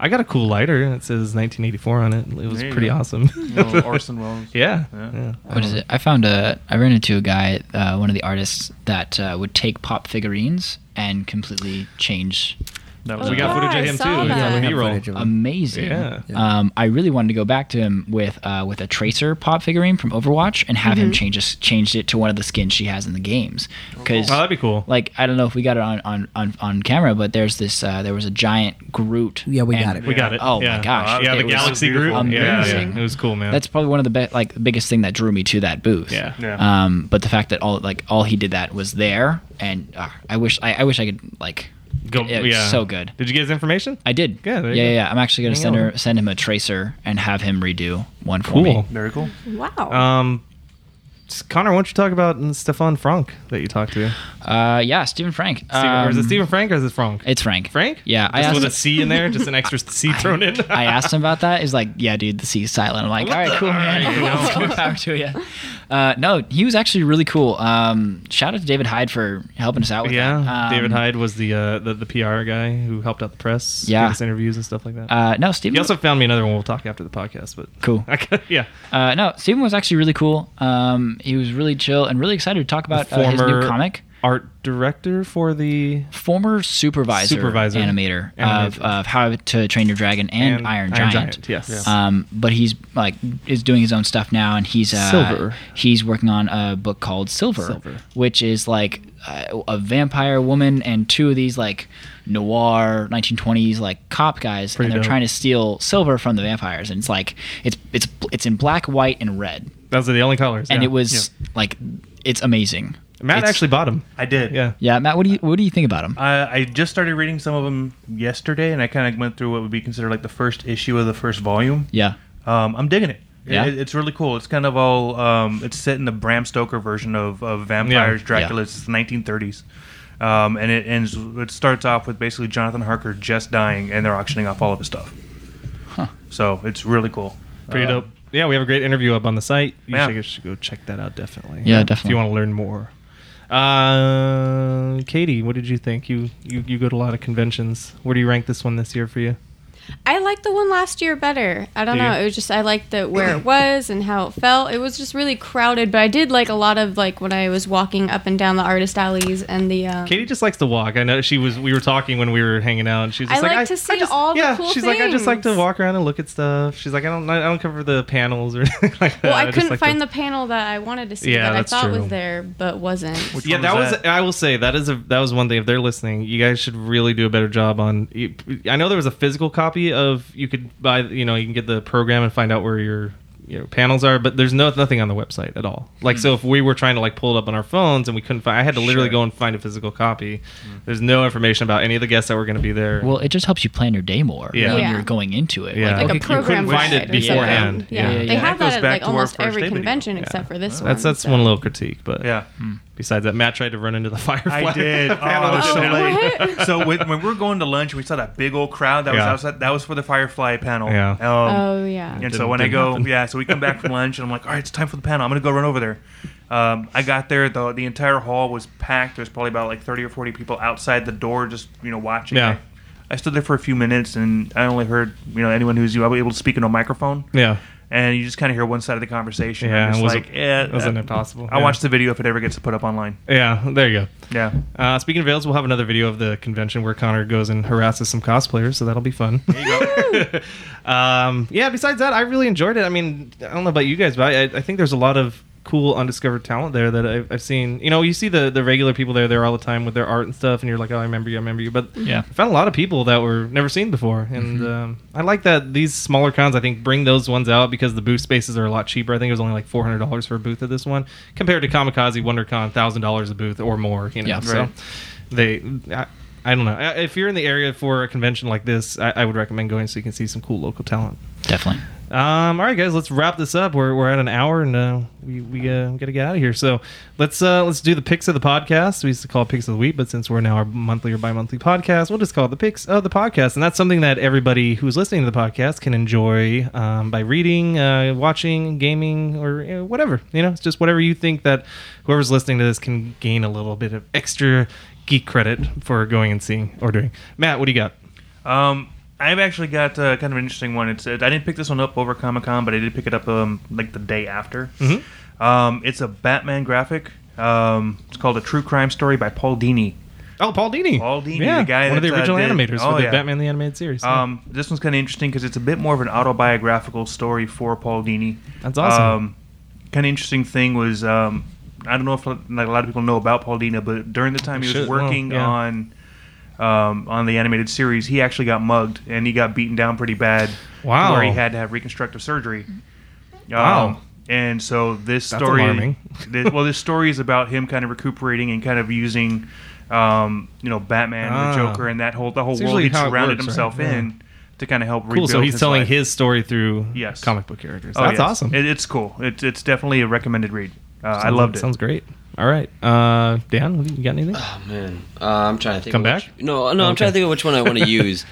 A: I got a cool lighter and it says 1984 on it. It was
B: There you
A: pretty
B: go.
A: awesome.
B: You know, Orson Welles.
A: yeah,
B: Yeah.
A: yeah.
D: What is it? I found a. I ran into a guy, uh, one of the artists that uh, would take pop figurines and completely change.
B: That
A: We got
C: Yeah,
A: footage
C: I
A: of him too.
C: saw
A: It's on
C: that.
A: the
C: Yeah,
A: B-roll.
F: footage of him.
D: Amazing.
A: Yeah.
D: Um, I really wanted to go back to him with uh, with a Tracer pop figurine from Overwatch and have him change us changed it to one of the skins she has in the games.
A: Oh,
D: Because
A: that'd be cool.
D: like I don't know if we got it on on on, on camera, but there's this. Uh, there was a giant Groot.
F: Yeah, we
D: and-
F: got it.
A: we got it.
D: Oh
A: yeah.
D: my gosh.
A: Yeah,
D: It
A: the
D: was
A: Galaxy group.
B: beautiful.
A: Yeah, yeah,
D: Amazing.
A: it was cool, man.
D: That's probably one of the be- like the biggest thing that drew me to that booth.
A: Yeah.
B: Yeah.
D: Um, but the fact that all like all he did that was there, and uh, I wish I, I wish I could like
A: Go,
D: it was
A: yeah,
D: so good.
A: Did you get his information?
D: I did.
A: Yeah, there you
D: yeah,
A: go.
D: yeah, yeah. I'm actually gonna
A: Hang
D: send
A: on.
D: her send him a tracer and have him redo one for me.
A: Cool.
B: Very cool.
C: Wow.
A: Um, s- Connor, why don't you talk about mm, Stefan Frank that you talked to?
D: Uh, yeah, Stephen Frank.
A: Stephen, or is it
D: Um,
A: Stephen Frank or is it Frank?
D: It's Frank.
A: Frank?
D: Yeah,
A: just
D: I asked
A: with a
D: him-
A: C in there, just an extra C thrown in.
D: I asked him about that. He's like, "Yeah, dude, the C's silent." I'm like, "All right, cool, man.
A: you know?
D: More power to you." Uh, no, he was actually really cool. Um, shout out to David Hyde for helping us out with
A: Yeah,
D: that. Um,
A: David Hyde was the, uh, the the PR guy who helped out the press,
D: Yeah.
A: gave us interviews and stuff like that.
D: Uh, no, Stephen.
A: he also found me another one. We'll talk after the podcast, but
D: Cool.
A: Okay, yeah,
D: uh, no, Stephen was actually really cool. Um, he was really chill and really excited to talk about
A: The
D: uh, his new
A: former-
D: comic.
A: art director for the
D: Former supervisor,
A: Supervisor.
D: animator, Of,
A: Animator.
D: of How to Train Your Dragon and, Iron, Giant.
A: Yes,
D: Um, but he's like is doing his own stuff now, and he's uh,
A: Silver.
D: He's working on a book called Silver,
A: Silver.
D: which is like uh, a vampire woman and two of these like noir 1920s like cop guys,
A: Pretty
D: and they're
A: dope.
D: trying to steal silver from the vampires, and it's like it's it's it's in black, white, and red,
A: those are the only colors.
D: and
A: yeah.
D: it was like it's amazing.
A: Matt
D: It's-
A: actually bought him.
B: I did.
A: Yeah,
D: yeah, Matt. What do you what do you think about him?
B: I, I just started reading some of them yesterday, and I kind of went through what would be considered like the first issue of the first volume.
D: yeah,
B: Um, I'm digging it.
D: Yeah?
B: It- it's really cool. It's kind of all. Um, it's set in the Bram Stoker version of, of vampires,
A: Yeah.
B: Dracula. It's the 1930s, um, and it ends. It starts off with basically Jonathan Harker just dying, and they're auctioning off all of his stuff. So it's really cool.
A: pretty
B: Uh,
A: dope. Yeah, we have a great interview up on the site. You
B: Yeah.
A: should, you should go check that out definitely. If
D: Yeah,
A: you
D: definitely.
A: want to learn more. Uh, Katie, what did you think? You, you you go to a lot of conventions. Where do you rank this one this year for you?
C: I liked the one last year better. I don't
A: Do
C: know.
A: you?
C: It was just I liked the where it was and how it felt. It was just really crowded, but I did like a lot of like when I was walking up and down the artist alleys and the. Um,
A: Katie just likes to walk. I know she was. We were talking when we were hanging out, and she's
C: I
A: just like,
C: like
A: I
C: to see
A: just,
C: all the
A: yeah.
C: cool
A: she's like, I just like to
C: things."
A: walk around and look at stuff. She's like, I don't, I don't cover the panels or anything like that.
C: well, I,
A: just
C: couldn't
A: like
C: find
A: to-
C: the panel that I wanted to see
A: Yeah,
C: that I
A: that's
C: thought
A: true.
C: was there but wasn't.
B: Which
A: yeah,
B: one
A: that was.
B: that?
A: I will say that is a that was one thing. If they're listening, you guys should really do a better job on. I know there was a physical copy of you could buy. You know, you can get the program and find out where your you know panels are, but there's no nothing on the website at all. Like,
B: Hmm.
A: so if we were trying to like pull it up on our phones and we couldn't find, I had to literally
D: Sure.
A: go and find a physical copy.
B: Hmm.
A: There's no information about any of the guests that were going to be there.
D: Well, it just helps you plan your day more
A: Yeah.
D: when
C: Yeah.
D: you're going into it.
A: Yeah.
D: Like,
C: like
A: Okay,
C: a
A: you couldn't
C: program
A: find it
C: guide or something.
A: beforehand.
C: Yeah.
D: Yeah, yeah,
C: they
D: yeah.
B: That
C: have that,
B: goes
C: at
B: back
C: like
B: to our
C: almost
B: first
C: every
B: day video.
C: convention
A: Yeah.
C: except for this one.
A: That's that's
C: so.
A: one little critique, but
B: Yeah.
A: Besides that, Matt tried to run into the firefly.
B: I did. Oh, I was
C: Oh,
B: so late.
C: what?
B: so with, when we were going to lunch, we saw that big old crowd that was
A: Yeah.
B: outside. That was for the Firefly panel.
A: Yeah.
B: Um,
C: Oh yeah.
B: And
A: Didn't-
B: so when I
A: didn't
B: go,
A: happen.
B: yeah, so we come back from lunch, and I'm like, all right, it's time for the panel. I'm gonna go run over there. Um, I got there, the the entire hall was packed. There's probably about like 30 or 40 people outside the door, just you know, watching.
A: Yeah.
B: I, I stood there for a few minutes, and I only heard you know anyone who's you know, able to speak in a microphone.
A: Yeah.
B: And you just kind of hear one side of the conversation.
A: Yeah,
B: and
A: it
B: it's
A: wasn't-
B: like, eh,
A: it wasn't
B: uh,
A: impossible.
B: I
A: Yeah.
B: watched the video if it ever gets put up online.
A: Yeah, there you go.
B: Yeah.
A: Uh, speaking of veils, we'll have another video of the convention where Connor goes and harasses some cosplayers, so that'll be fun. um, yeah, besides that, I really enjoyed it. I mean, I don't know about you guys, but I, I think there's a lot of cool undiscovered talent there that I've, I've seen. You know, you see the, the regular people there there all the time with their art and stuff, and you're like, oh, I remember you, I remember you. But
D: Yeah.
A: I found a lot of people that were never seen before, and um, I like that these smaller cons. I think bring those ones out because the booth spaces are a lot cheaper. I think it was only like four hundred dollars for a booth at this one, compared to Kamikaze WonderCon, thousand dollars a booth or more. You know,
D: Yeah.
A: so
B: Right.
A: they. I, I don't know. I- If you're in the area for a convention like this, I, I would recommend going so you can see some cool local talent.
D: Definitely.
A: Um, all right, guys, let's wrap this up. We're, we're at an hour and uh, we we uh, got to get out of here. So let's uh, let's do the picks of the podcast. We used to call it picks of the week, but since we're now a monthly or bi-monthly podcast, we'll just call it the picks of the podcast. And that's something that everybody who's listening to the podcast can enjoy um, by reading, uh, watching, gaming, or you know, whatever. You know, it's just whatever you think that whoever's listening to this can gain a little bit of extra geek credit for going and seeing or doing. Matt, what do you got?
B: Um, I've actually got uh, kind of an interesting one. It's it, I didn't pick this one up over Comic Con, but I did pick it up um, like the day after. Um, it's a Batman graphic. Um, it's called A True Crime Story by Paul Dini.
A: Oh, Paul Dini.
B: Paul Dini,
A: yeah,
B: the guy
A: one of the
B: that, uh,
A: original
B: did-
A: animators
B: oh,
A: for the
B: yeah.
A: Batman the Animated Series. yeah.
B: Um, this one's kind of interesting because it's a bit more of an autobiographical story for Paul Dini.
A: That's awesome.
B: kind of interesting thing was um, I don't know if like a lot of people know about Paul Dini, but during the time he was
A: Should- well,
B: working
A: yeah.
B: on um, on the animated series, he actually got mugged and he got beaten down pretty bad.
A: Wow.
B: Where he had to have reconstructive surgery. Um,
A: Wow.
B: And so this
A: That's
B: story,
A: alarming.
B: thi- well, this story is about him kind of recuperating and kind of using, um, you know, Batman,
A: Ah.
B: the Joker, and that whole the whole
A: It's
B: world
A: usually
B: he
A: how it
B: surrounded
A: works,
B: himself
A: right? Yeah.
B: in to kind of help
A: cool.
B: rebuild
A: So he's
B: his
A: telling
B: life.
A: his story through
B: Yes.
A: comic book characters.
B: Oh,
A: That's
B: yes.
A: awesome.
B: It, it's cool. It's it's definitely a recommended read. Uh, I
A: Sounds-
B: loved it.
A: Sounds great. All right, uh, Dan, what do you you got anything?
E: Oh man, uh, I'm trying to think.
A: Come
E: of which-
A: back?
E: No, no, I'm
A: Okay.
E: trying to think of which one I want to use.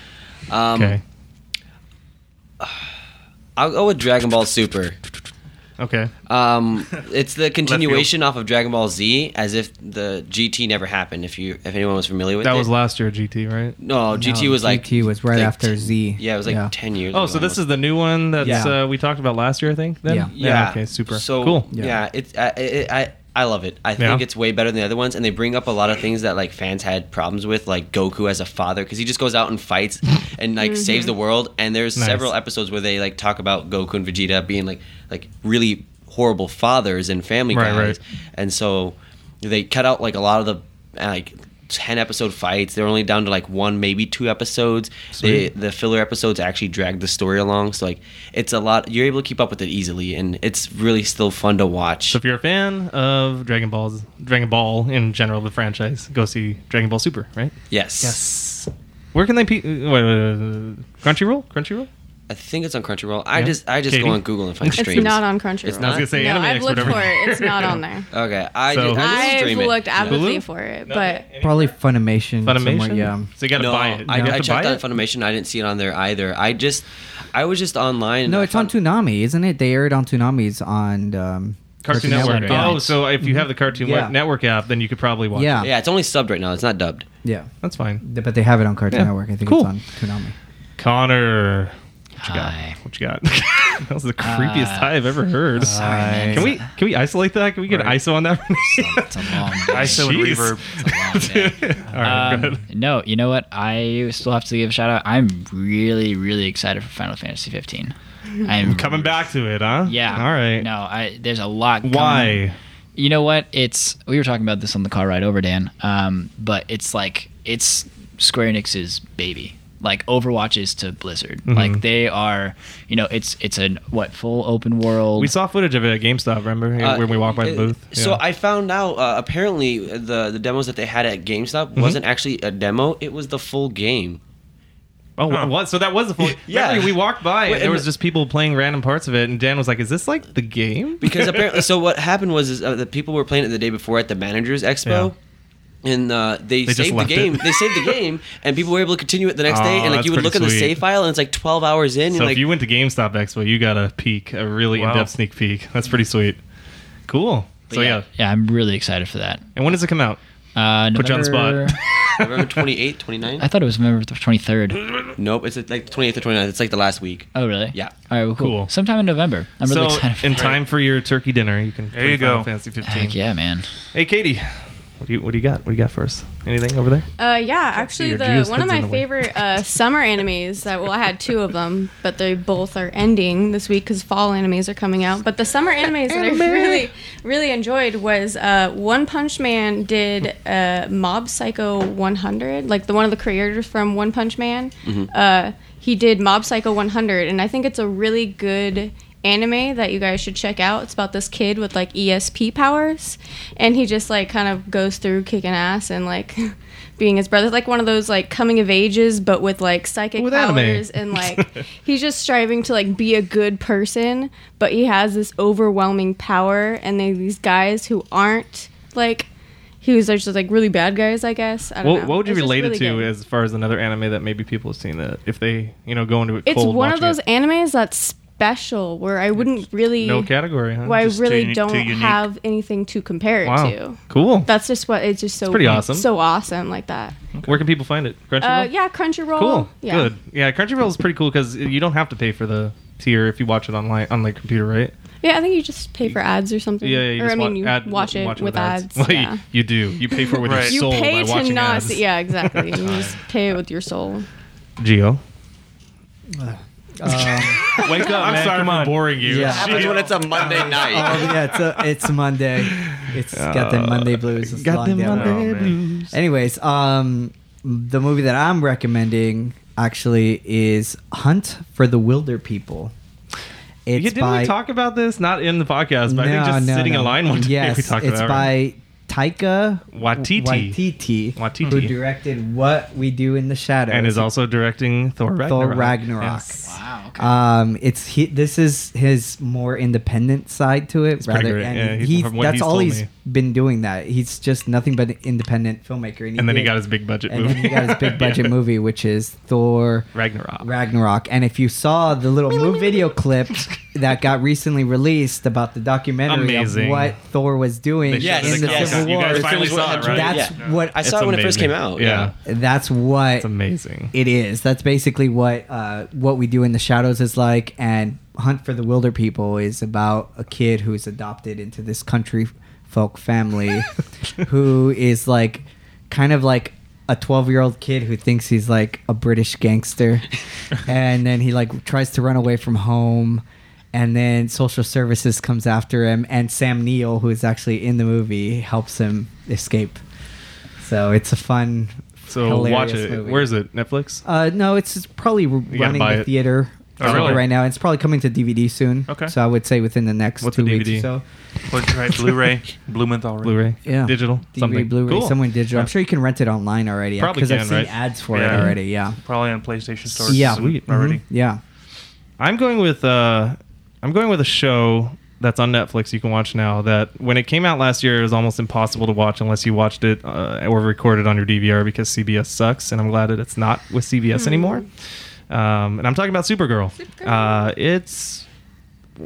E: Um,
A: okay.
E: I'll go with Dragon Ball Super.
A: Okay.
E: Um, it's the continuation off of Dragon Ball Z, as if the GT never happened. If you, if anyone was familiar with
A: That
E: it.
A: was last year GT, right?
E: No, GT was like
F: GT was right
E: like
F: after
E: ten-
F: Z.
E: Yeah, it was like ten years.
A: Oh,
E: ago
A: so this
E: almost.
A: is the new one that
F: Yeah.
A: uh, we talked about last year, I think. Then?
F: Yeah.
E: yeah.
A: Okay. Super.
E: So
A: cool.
E: Yeah, it's I, I I I love it. I
A: Yeah.
E: think it's way better than the other ones, and they bring up a lot of things that like fans had problems with, like Goku as a father, because he just goes out and fights and like saves the world. And there's
A: Nice.
E: several episodes where they like talk about Goku and Vegeta being like like really horrible fathers and family
A: Right,
E: guys,
A: right.
E: and so they cut out like a lot of the like. 10 episode fights they're only down to like one maybe two episodes they,
A: Sweet.
E: the filler episodes actually drag the story along. So like it's a lot. You're able to keep up with it easily, and it's really still fun to watch.
A: So if you're a fan of Dragon Balls, Dragon Ball in general, the franchise, go see Dragon Ball Super, right?
E: yes.
A: Yes. Where can they? Pe- wait, wait, wait, wait, wait. Crunchyroll. Crunchyroll.
E: I think it's on Crunchyroll. I
A: Yeah.
E: just I just
A: Katie?
E: go on Google and find
A: It's
E: streams.
C: It's not on Crunchyroll.
E: It's
A: I was
E: not?
A: gonna say
C: no,
A: anime
C: I've looked
A: expert over
C: for
A: here.
C: it. It's not on there.
E: Okay, I
A: So-
E: did, I didn't
C: I've
E: stream it.
C: looked avidly
A: Hulu?
C: for it,
A: No.
C: but
F: Probably Funimation. somewhere,
A: Funimation.
F: yeah.
A: So you got to
E: No,
A: buy it.
E: I,
A: you have
E: I
A: to buy
E: checked
A: it?
E: out Funimation. I didn't see it on there either. I just I was just online. and uh,
F: No,
E: I
F: it's on
E: found-
F: Toonami, isn't it? They aired on Toonami's on um,
A: Cartoon Network.
D: Network, yeah.
A: Oh, so if you have the Cartoon
F: Yeah.
A: Network app, then you could probably watch.
F: Yeah.
A: it.
E: Yeah, it's only subbed right now. It's not dubbed.
F: Yeah,
A: that's fine.
F: Th- but they have it on Cartoon
A: Yeah.
F: Network. I think
A: Cool.
F: it's on Toonami.
A: Connor, what you
D: Hi.
A: got? What you got? that was the creepiest
D: Uh,
A: hi I've ever heard.
D: Sorry, man.
A: Can we can we isolate that? Can we get an
B: Right.
A: ISO on that?
D: It's a long day.
B: ISO and
A: Jeez.
B: reverb.
D: It's a long day.
A: All right,
D: Um,
A: go ahead.
D: no, you know what? I still have to give a shout out. I'm really, really excited for Final Fantasy 15. I'm
A: Coming back to it, huh?
D: Yeah.
A: All right.
D: No, I there's a lot. coming.
A: Why?
D: You know what? It's we were talking about this on the car ride over, Dan. Um, but it's like it's Square Enix's baby. Like Overwatch is to Blizzard.
A: Mm-hmm.
D: Like they are, you know, it's it's a what full open world.
A: We saw footage of it at GameStop. Remember
E: Uh,
A: when we walked by the
E: uh,
A: booth?
E: So
A: Yeah.
E: I found out uh, apparently the the demos that they had at GameStop
A: Mm-hmm.
E: wasn't actually a demo. It was the full game.
A: oh what? So that was the full.
E: Yeah.
A: Remember, we walked by
E: Wait,
A: and there
E: and
A: was
E: the-
A: just people playing random parts of it, and Dan was like, "Is this like the game?"
E: because apparently, so what happened was is, uh, the people were playing it the day before at the managers expo. And uh, they,
A: just
E: saved the
A: left it.
E: game. They saved the game, and people were able to continue it the next day.
A: Oh,
E: And like
A: that's
E: you would look
A: pretty
E: at the
A: sweet.
E: save file, and it's like twelve hours
A: So
E: in. and,
A: if
E: like,
A: you went to GameStop Expo, you got a peek, a really
B: Wow.
A: in-depth sneak peek. That's pretty sweet. Cool. So yeah.
D: yeah, I'm really excited for that.
A: And when does it come out?
D: Uh,
A: Put you on the spot.
D: November-
E: November 28th, 29th?
D: I thought it was November the 23rd.
E: nope, it's like 28th or 29th. It's like the last week.
D: Oh, really?
E: Yeah.
D: All right, well, cool.
A: Cool.
D: Sometime in November. I'm really
A: so
D: excited. For
A: in
D: that.
A: time for your turkey dinner, you can.
B: There you
A: play Final
B: go.
A: Fantasy 15.
D: Heck yeah, man.
A: Hey, Katie. What do you What do you got? What do you got for us? Anything over there?
C: Uh, yeah, actually,
A: your
C: the
A: Jewish
C: one of
A: kids in
C: my
A: the way.
C: favorite uh, summer animes that well, I had two of them, but they both are ending this week because fall animes are coming out. But the summer animes that I really, really enjoyed was uh, One Punch Man did uh, Mob Psycho 100, like the one of the creators from One Punch Man. Uh, he did Mob Psycho 100, and I think it's a really good anime that you guys should check out. It's about this kid with like ESP powers, and he just like kind of goes through kicking ass and like being his brother. Like one of those like coming of ages, but with like psychic
A: With anime.
C: powers, and like he's just striving to like be a good person, but he has this overwhelming power, and they these guys who aren't like. He was just like really bad guys, I guess. I don't
A: What,
C: know.
A: what would you
C: It's just
A: relate
C: really
A: it to
C: good.
A: as far as another anime that maybe people have seen that if they you know go into it
C: it's
A: cold
C: one of
A: watching it?
C: those animes that's special where I wouldn't really
A: no category huh?
C: where I
B: Just
C: really
B: too uni-
C: don't
B: too unique.
C: have anything to compare it
A: wow
C: to.
A: cool
C: That's just what it's just so
A: pretty awesome.
C: so awesome like that.
A: where can people find it Crunchyroll
C: Uh, yeah, Crunchyroll.
A: cool
C: Yeah.
A: good yeah Crunchyroll is pretty cool because you don't have to pay for the tier if you watch it online on the computer right
C: Yeah, I think you just pay for ads or something.
A: yeah, yeah you
C: or
A: just
C: I mean,
A: wa-
C: you
A: ad-
C: watch it with ads.
A: Well, you-
C: yeah.
A: you, do you pay for it with
B: Right.
C: You
A: your soul
C: pay
A: by
C: to
A: watching
C: not.
A: ads
C: See, yeah, exactly. You just pay it with your soul.
A: Geo
F: Um,
A: wake up
B: I'm
A: man
B: sorry,
A: come
B: man.
A: on boring you
F: Yeah.
E: happens when it's a Monday
F: oh
E: night.
F: yeah, it's a, it's Monday. It's got the Monday blues. It's a long day at work.
B: Monday
A: blues.
F: Anyways, um, the movie that I'm recommending actually is Hunt for the Wilder People. It's
A: Yeah, didn't
F: by
A: we talk about this? Not in the podcast, but I think just sitting in line one day
F: Yes,
A: we talked
F: it's
A: about it.
F: by Taika
A: Waititi.
F: Waititi,
A: Waititi.
F: who directed What We Do in the Shadows
A: and is also directing Thor Ragnarok.
F: Thor Ragnarok.
A: Yes.
D: Wow. Okay.
F: Um, it's he, this is his more independent side to it
A: pretty
F: rather,
A: great.
F: and
A: Yeah, he-
F: he's,
A: from what
F: that's
A: he's
F: all
A: told
F: he's
A: me.
F: been doing. That he's just nothing but an independent filmmaker, and,
A: And then he
F: did-
A: got his big budget
F: and
A: movie.
F: then he got his big budget
A: Yeah.
F: movie, which is Thor
A: Ragnarok.
F: Ragnarok. And if you saw the little move video clip that got recently released about the documentary
A: Amazing.
F: of what Thor was doing
A: They
E: Yes,
A: showed
F: in the
E: yes.
F: Civil
A: You
F: War,
A: guys finally saw it, right?
F: that's
E: Yeah.
F: what
E: I saw
A: It's
E: it when it first
A: amazing.
E: came out.
A: Yeah.
F: that's what
A: It's amazing.
F: it is. That's basically what uh, what we do in the shadows is like, and Hunt for the Wilder People is about a kid who is adopted into this country folk family, who is like, kind of like a twelve year old kid who thinks he's like a British gangster, and then he like tries to run away from home. And then social services comes after him, and Sam Neill, who is actually in the movie, helps him escape. So it's a fun,
A: So
F: hilarious
A: watch it.
F: Movie.
A: Where is it? Netflix?
F: Uh, no, it's, it's probably r-
A: gotta
F: running
A: buy
F: the
A: it.
F: theater
B: Oh,
F: somewhere
A: really?
F: right now. It's probably coming to DVD soon.
B: Okay.
F: So I would say within the next
A: What's
F: two
A: the
F: weeks or
A: DVD?
F: so.
B: But, right, Blu-ray, Blumenthal, right?
A: Blu-ray?
F: Yeah.
A: Digital?
F: DVD,
A: something.
F: Blu-ray,
A: cool.
F: somewhere digital. I'm sure you can rent it online already.
A: Probably
F: Because I've
A: can,
F: seen
A: right?
F: ads for it
B: Yeah.
F: already. Yeah.
B: Probably on PlayStation stores.
F: Yeah.
A: Sweet.
B: Already.
F: Mhm. Yeah.
A: I'm going with uh, I'm going with a show that's on Netflix you can watch now. That when it came out last year, it was almost impossible to watch unless you watched it uh, or recorded on your DVR because CBS sucks, and I'm glad that it's not with CBS
F: Hmm.
A: anymore. Um, and I'm talking about Supergirl. Uh, it's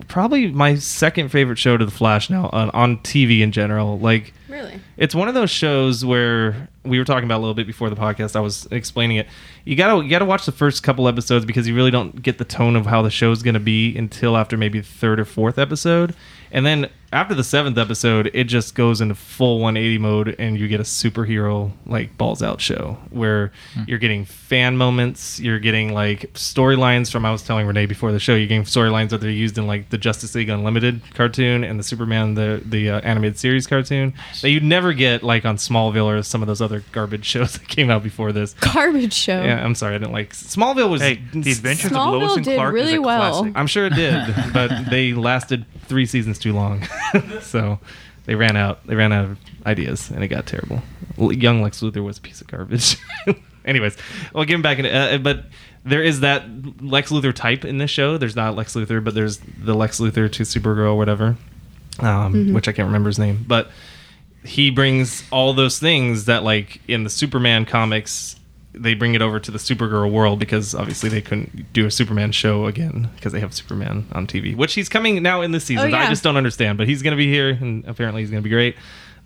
A: probably my second favorite show to The Flash now on, on TV in general. Like
C: Really?
A: it's one of those shows where we were talking about a little bit before the podcast. I was explaining it. You gotta you gotta watch the first couple episodes because you really don't get the tone of how the show's gonna be until after maybe the third or fourth episode, and then after the seventh episode, it just goes into full 180 mode, and you get a superhero like balls out show where you're getting fan moments, you're getting like storylines from. I was telling Renee before the show, you're getting storylines that they're used in like the Justice League Unlimited cartoon and the Superman the the uh, animated series cartoon that you'd never get like on Smallville or some of those other garbage shows that came out before this.
C: Garbage show.
A: Yeah, um, I'm sorry, I didn't like Smallville was.
B: Hey, The Adventures
C: Smallville
B: of Lois and
C: did
B: Clark is
C: really
B: a
C: well.
B: classic.
A: I'm sure it did, but they lasted three seasons too long, so they ran out. They ran out of ideas, and it got terrible. L- young Lex Luthor was a piece of garbage. Anyways, well, give him back. In, uh, but there is that Lex Luthor type in this show. There's not Lex Luthor, but there's the Lex Luthor to Supergirl, whatever, um, which I can't remember his name, but he brings all those things that like in the Superman comics they bring it over to the Supergirl world because obviously they couldn't do a Superman show again because they have Superman on TV, which he's coming now in this season.
C: Oh,
A: I
C: yeah.
A: just don't understand, but he's going to be here and apparently he's going to be great.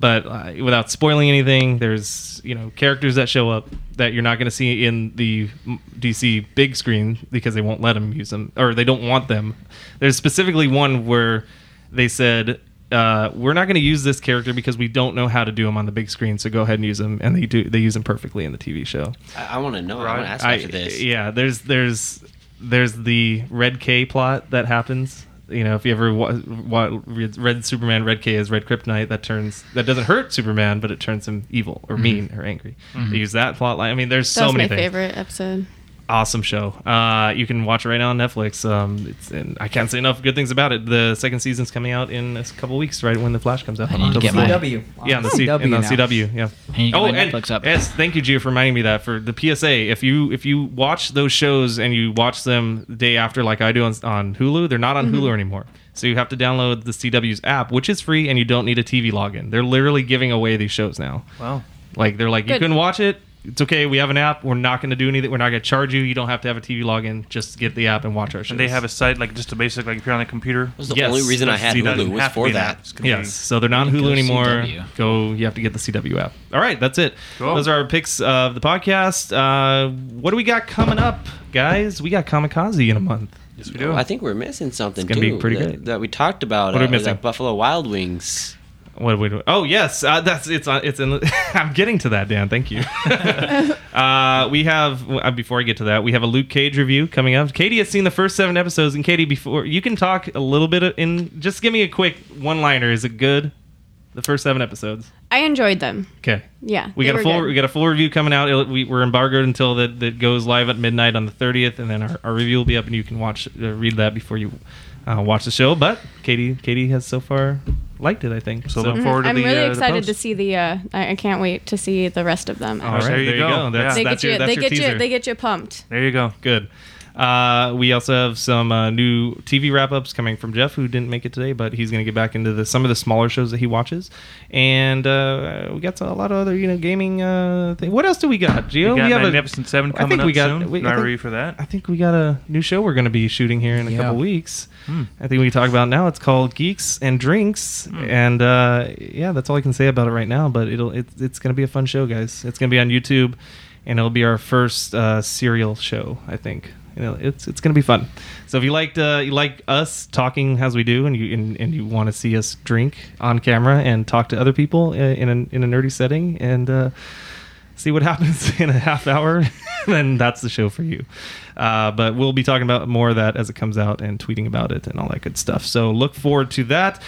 A: But uh, without spoiling anything, there's you know characters that show up that you're not going to see in the m- DC big screen because they won't let them use them or they don't want them. There's specifically one where they said uh, we're not going to use this character because we don't know how to do him on the big screen. So go ahead and use him, and they do they use him perfectly in the TV show.
E: I, I want to know. I want to ask
A: I-
E: after this.
A: yeah, there's there's there's the Red K plot that happens. You know, if you ever wa- wa- read, read Superman, Red K is Red Kryptonite. That turns that doesn't hurt Superman,
D: Mm-hmm.
A: but it turns him evil or mean or angry. They use that plot line. I mean, there's
C: That
A: so
C: was
A: many
C: my
A: things.
C: favorite episode.
A: awesome show. Uh, you can watch it right now on Netflix. Um, it's, and I can't say enough good things about it. The second season's coming out in a couple weeks, right when the Flash comes out.
D: I
A: on
D: need to
A: October
D: get
A: 4th.
D: my-
F: CW.
A: Yeah, on the, C-
F: CW
A: and on
F: now.
A: CW. Yeah. Oh,
D: I need to get my
A: and-
D: Netflix up.
A: Yes, thank you, Gio, for reminding me that for the PSA. If you if you watch those shows and you watch them the day after, like I do on, on Hulu, they're not on Hulu anymore. So you have to download the CW's app, which is free, and you don't need a TV login. They're literally giving away these shows now.
B: Wow.
A: Like they're like, you
C: Good.
A: can watch it. It's okay. We have an app. We're not going to do anything. We're not going to charge you. You don't have to have a TV login. Just get the app and watch our shows.
B: And they have a site like just a basic like if you're on a computer.
E: was the
A: Yes,
E: only reason I
B: that's-
E: had
B: you don't
E: Hulu was
B: have to
E: for
B: be an
E: that.
B: app. It's gonna be-
A: Yes, so they're not on
D: Go
A: Hulu anymore.
D: CW.
A: Go, you have to get the CW app. All right, that's it.
B: Cool.
A: Those are our picks of the podcast. Uh, what do we got coming up, guys? We got Kamikaze in a month.
B: Yes, we do.
E: I think we're missing something
A: It's gonna be
E: too.
A: pretty
E: that,
A: good.
E: that we talked about.
A: What are we
E: uh, was
A: missing?
E: that Buffalo Wild Wings.
A: What do we do? Oh yes, uh, that's it's on. It's in. the- I'm getting to that, Dan. Thank you. uh, we have uh, before I get to that, we have a Luke Cage review coming up. Katie has seen the first seven episodes, and Katie, before you can talk a little bit in, just give me a quick one-liner. Is it good? The first seven episodes.
C: I enjoyed them.
A: Okay.
C: Yeah,
A: We
C: they
A: got a
C: were
A: full
C: good.
A: we got a full review coming out. It'll- we, we're embargoed until that that goes live at midnight on the thirtieth, and then our, our review will be up, and you can watch uh, read that before you uh, watch the show. But Katie Katie has so far liked it, I think.
B: So look forward to
C: Mm, I'm
B: the,
C: really
B: uh, the
C: excited to
B: post.
C: see the. Uh, I, I can't wait to see the rest of them.
A: All right, there you go. That's,
B: Yeah.
C: they
A: that's
C: get you.
A: your, that's
C: they
A: your
C: get
A: teaser.
C: you. They get you pumped.
B: There you go.
A: Good. Uh, we also have some uh, new TV wrap ups coming from Jeff, who didn't make it today, but he's going to get back into the, some of the smaller shows that he watches. And uh, we got a lot of other, you know, gaming uh, thing. What else do we got, Gio?
B: We got
A: have a-
B: Magnificent Seven
A: I
B: coming
A: think
B: up
A: we got-
B: soon.
A: we- I
B: Not
A: think-
B: ready for that.
A: I think we got a new show we're going to be shooting here in a
F: Yeah.
A: couple weeks. I think we can talk about now. It's called Geeks and Drinks, and uh, yeah, that's all I can say about it right now. But it'll it, it's going to be a fun show, guys. It's going to be on YouTube, and it'll be our first uh, serial show, I think. You know, it's it's going to be fun. So if you liked uh, you like us talking as we do, and you and, and you want to see us drink on camera and talk to other people uh, in a, in a nerdy setting, and uh, see what happens in a half hour, then that's the show for you. Uh, but we'll be talking about more of that as it comes out and tweeting about it and all that good stuff. So look forward to that.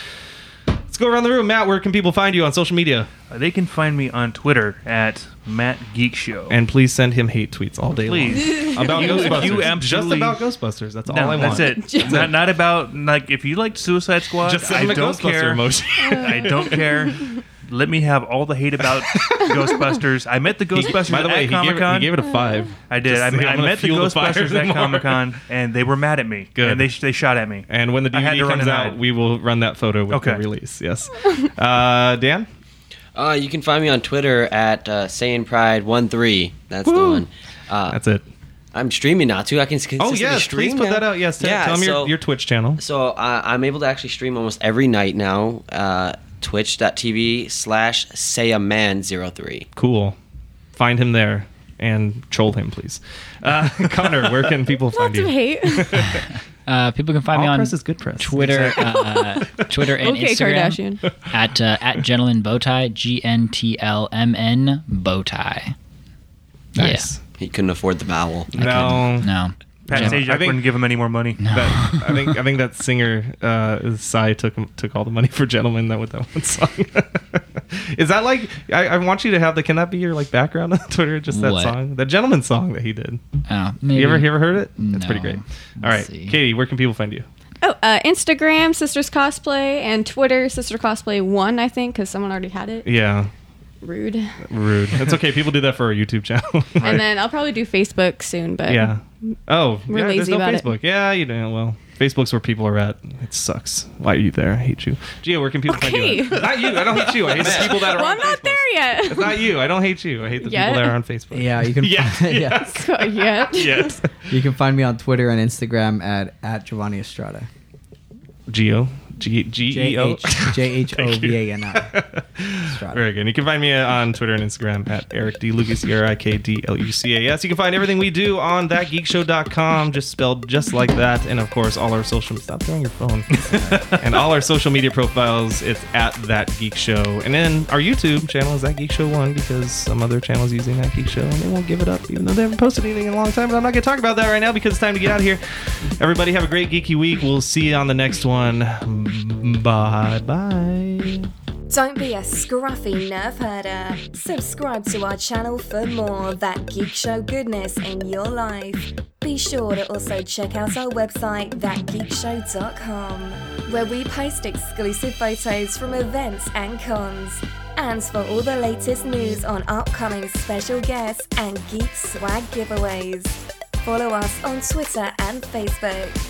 A: Let's go around the room. Matt, where can people find you on social media?
B: Uh, They can find me on Twitter at Matt Geek Show.
A: And please send him hate tweets all day
B: Please.
A: long. About
B: You-
A: Ghostbusters.
B: you
A: Just
B: absolutely-
A: about Ghostbusters. That's all
B: No,
A: I want.
B: That's it. not, not about like if you liked Suicide Squad.
A: Just send
B: I
A: him a
B: don't
A: Ghostbuster
B: care.
A: emoji.
B: I don't care. Let me have all the hate about Ghostbusters. I met the Ghostbusters
A: By the way,
B: at
A: he gave,
B: Comic
A: it, he
B: Con.
A: gave it a five.
B: I did.
A: Just-
B: I,
A: I'm
B: met- I
A: gonna
B: met the
A: fuel the fire
B: Ghostbusters at
A: tomorrow.
B: Comic Con, and they were mad at me.
A: Good.
B: And they sh- they shot at me.
A: And when the
B: I had to
A: DVD
B: run
A: comes
B: and
A: out,
B: hide.
A: we will run that photo with the
B: Okay.
A: release. Yes. Uh, Dan?
E: Uh, you can find me on Twitter at uh, Saiyan Pride one three. That's the
A: Woo.
E: one. Uh,
A: That's it.
E: I'm streaming now too. I can
A: Oh,
E: consistently
A: yes.
E: stream.
A: Please put
E: now.
A: that out. Yes. Tell,
E: yeah,
A: tell him
E: so,
A: your, your Twitch channel.
E: So uh, I'm able to actually stream almost every night now. Uh, Twitch.tv slash Sayaman03.
A: Cool. Find him there and troll him, please. Uh, Connor, where can people find
C: Lots
A: you?
C: of hate.
D: Uh, people can find
A: All
D: me on
A: press is good press.
D: Twitter, uh, Twitter and
C: okay,
D: Instagram
C: Kardashian.
D: at uh, at gentleman bowtie, G N T L M N bowtie.
A: Nice.
E: He couldn't afford the vowel.
D: Yeah, I couldn't-
A: No.
D: no.
B: Pat
D: Yeah.
B: Sajak
A: I think-
B: wouldn't give him any more money.
A: That, I think I think that singer uh, Psy took took all the money for Gentlemen that with that one song. Is that like I, I want you to have the can that be your like background on Twitter? Just that
D: What?
A: song, that Gentleman song that he did.
D: Oh, maybe.
A: You ever you ever heard it? It's pretty
D: No.
A: great. All right,
D: Let's see.
A: Katie, where can people find you?
C: Oh, uh, Instagram Sisters Cosplay and Twitter Sister Cosplay One, I think, because someone already had it.
A: Yeah,
C: Rude.
A: rude. That's okay. People do that for our YouTube channel.
C: And then I'll probably do Facebook soon, but
A: Yeah. Oh,
C: We're
A: yeah, there's
C: lazy
A: no
C: about it.
A: Facebook. Yeah, you know, well, Facebook's where people are at. It sucks. Why are you there? I hate you. Gio, where can people find you?
C: Okay.
A: at? Not you. I don't hate you. I hate the people that are
C: Well,
A: on
C: I'm
A: Facebook.
C: not there yet.
A: It's not you. I don't hate you. I hate the
C: Yet.
A: people that are on Facebook.
F: Yeah, you can.
A: Yes.
F: find, yeah,
A: yes.
C: So, yet.
A: yes.
F: you can find me on Twitter and Instagram at at Giovanni Estrada.
A: Gio. G G E O.
F: J H O V A N I.
A: Very good. And you can find me uh, on Twitter and Instagram at Eric D. Lucas, E R I K D L U C A S. You can find everything we do on thatgeekshow.com, just spelled just like that. And of course, all our social stop throwing your phone. and all our social media profiles, it's at That Geek Show. And then our YouTube channel is That Geek Show 1 because some other channel is using That Geek Show and they won't give it up, even though they haven't posted anything in a long time. But I'm not going to talk about that right now because it's time to get out of here. Everybody, have a great geeky week. We'll see you on the next one. Bye bye.
G: Don't be a scruffy nerf herder. Subscribe to our channel for more that geek show goodness in your life. Be sure to also check out our website, thatgeekshow.com, where we post exclusive photos from events and cons. And for all the latest news on upcoming special guests and geek swag giveaways. Follow us on Twitter and Facebook.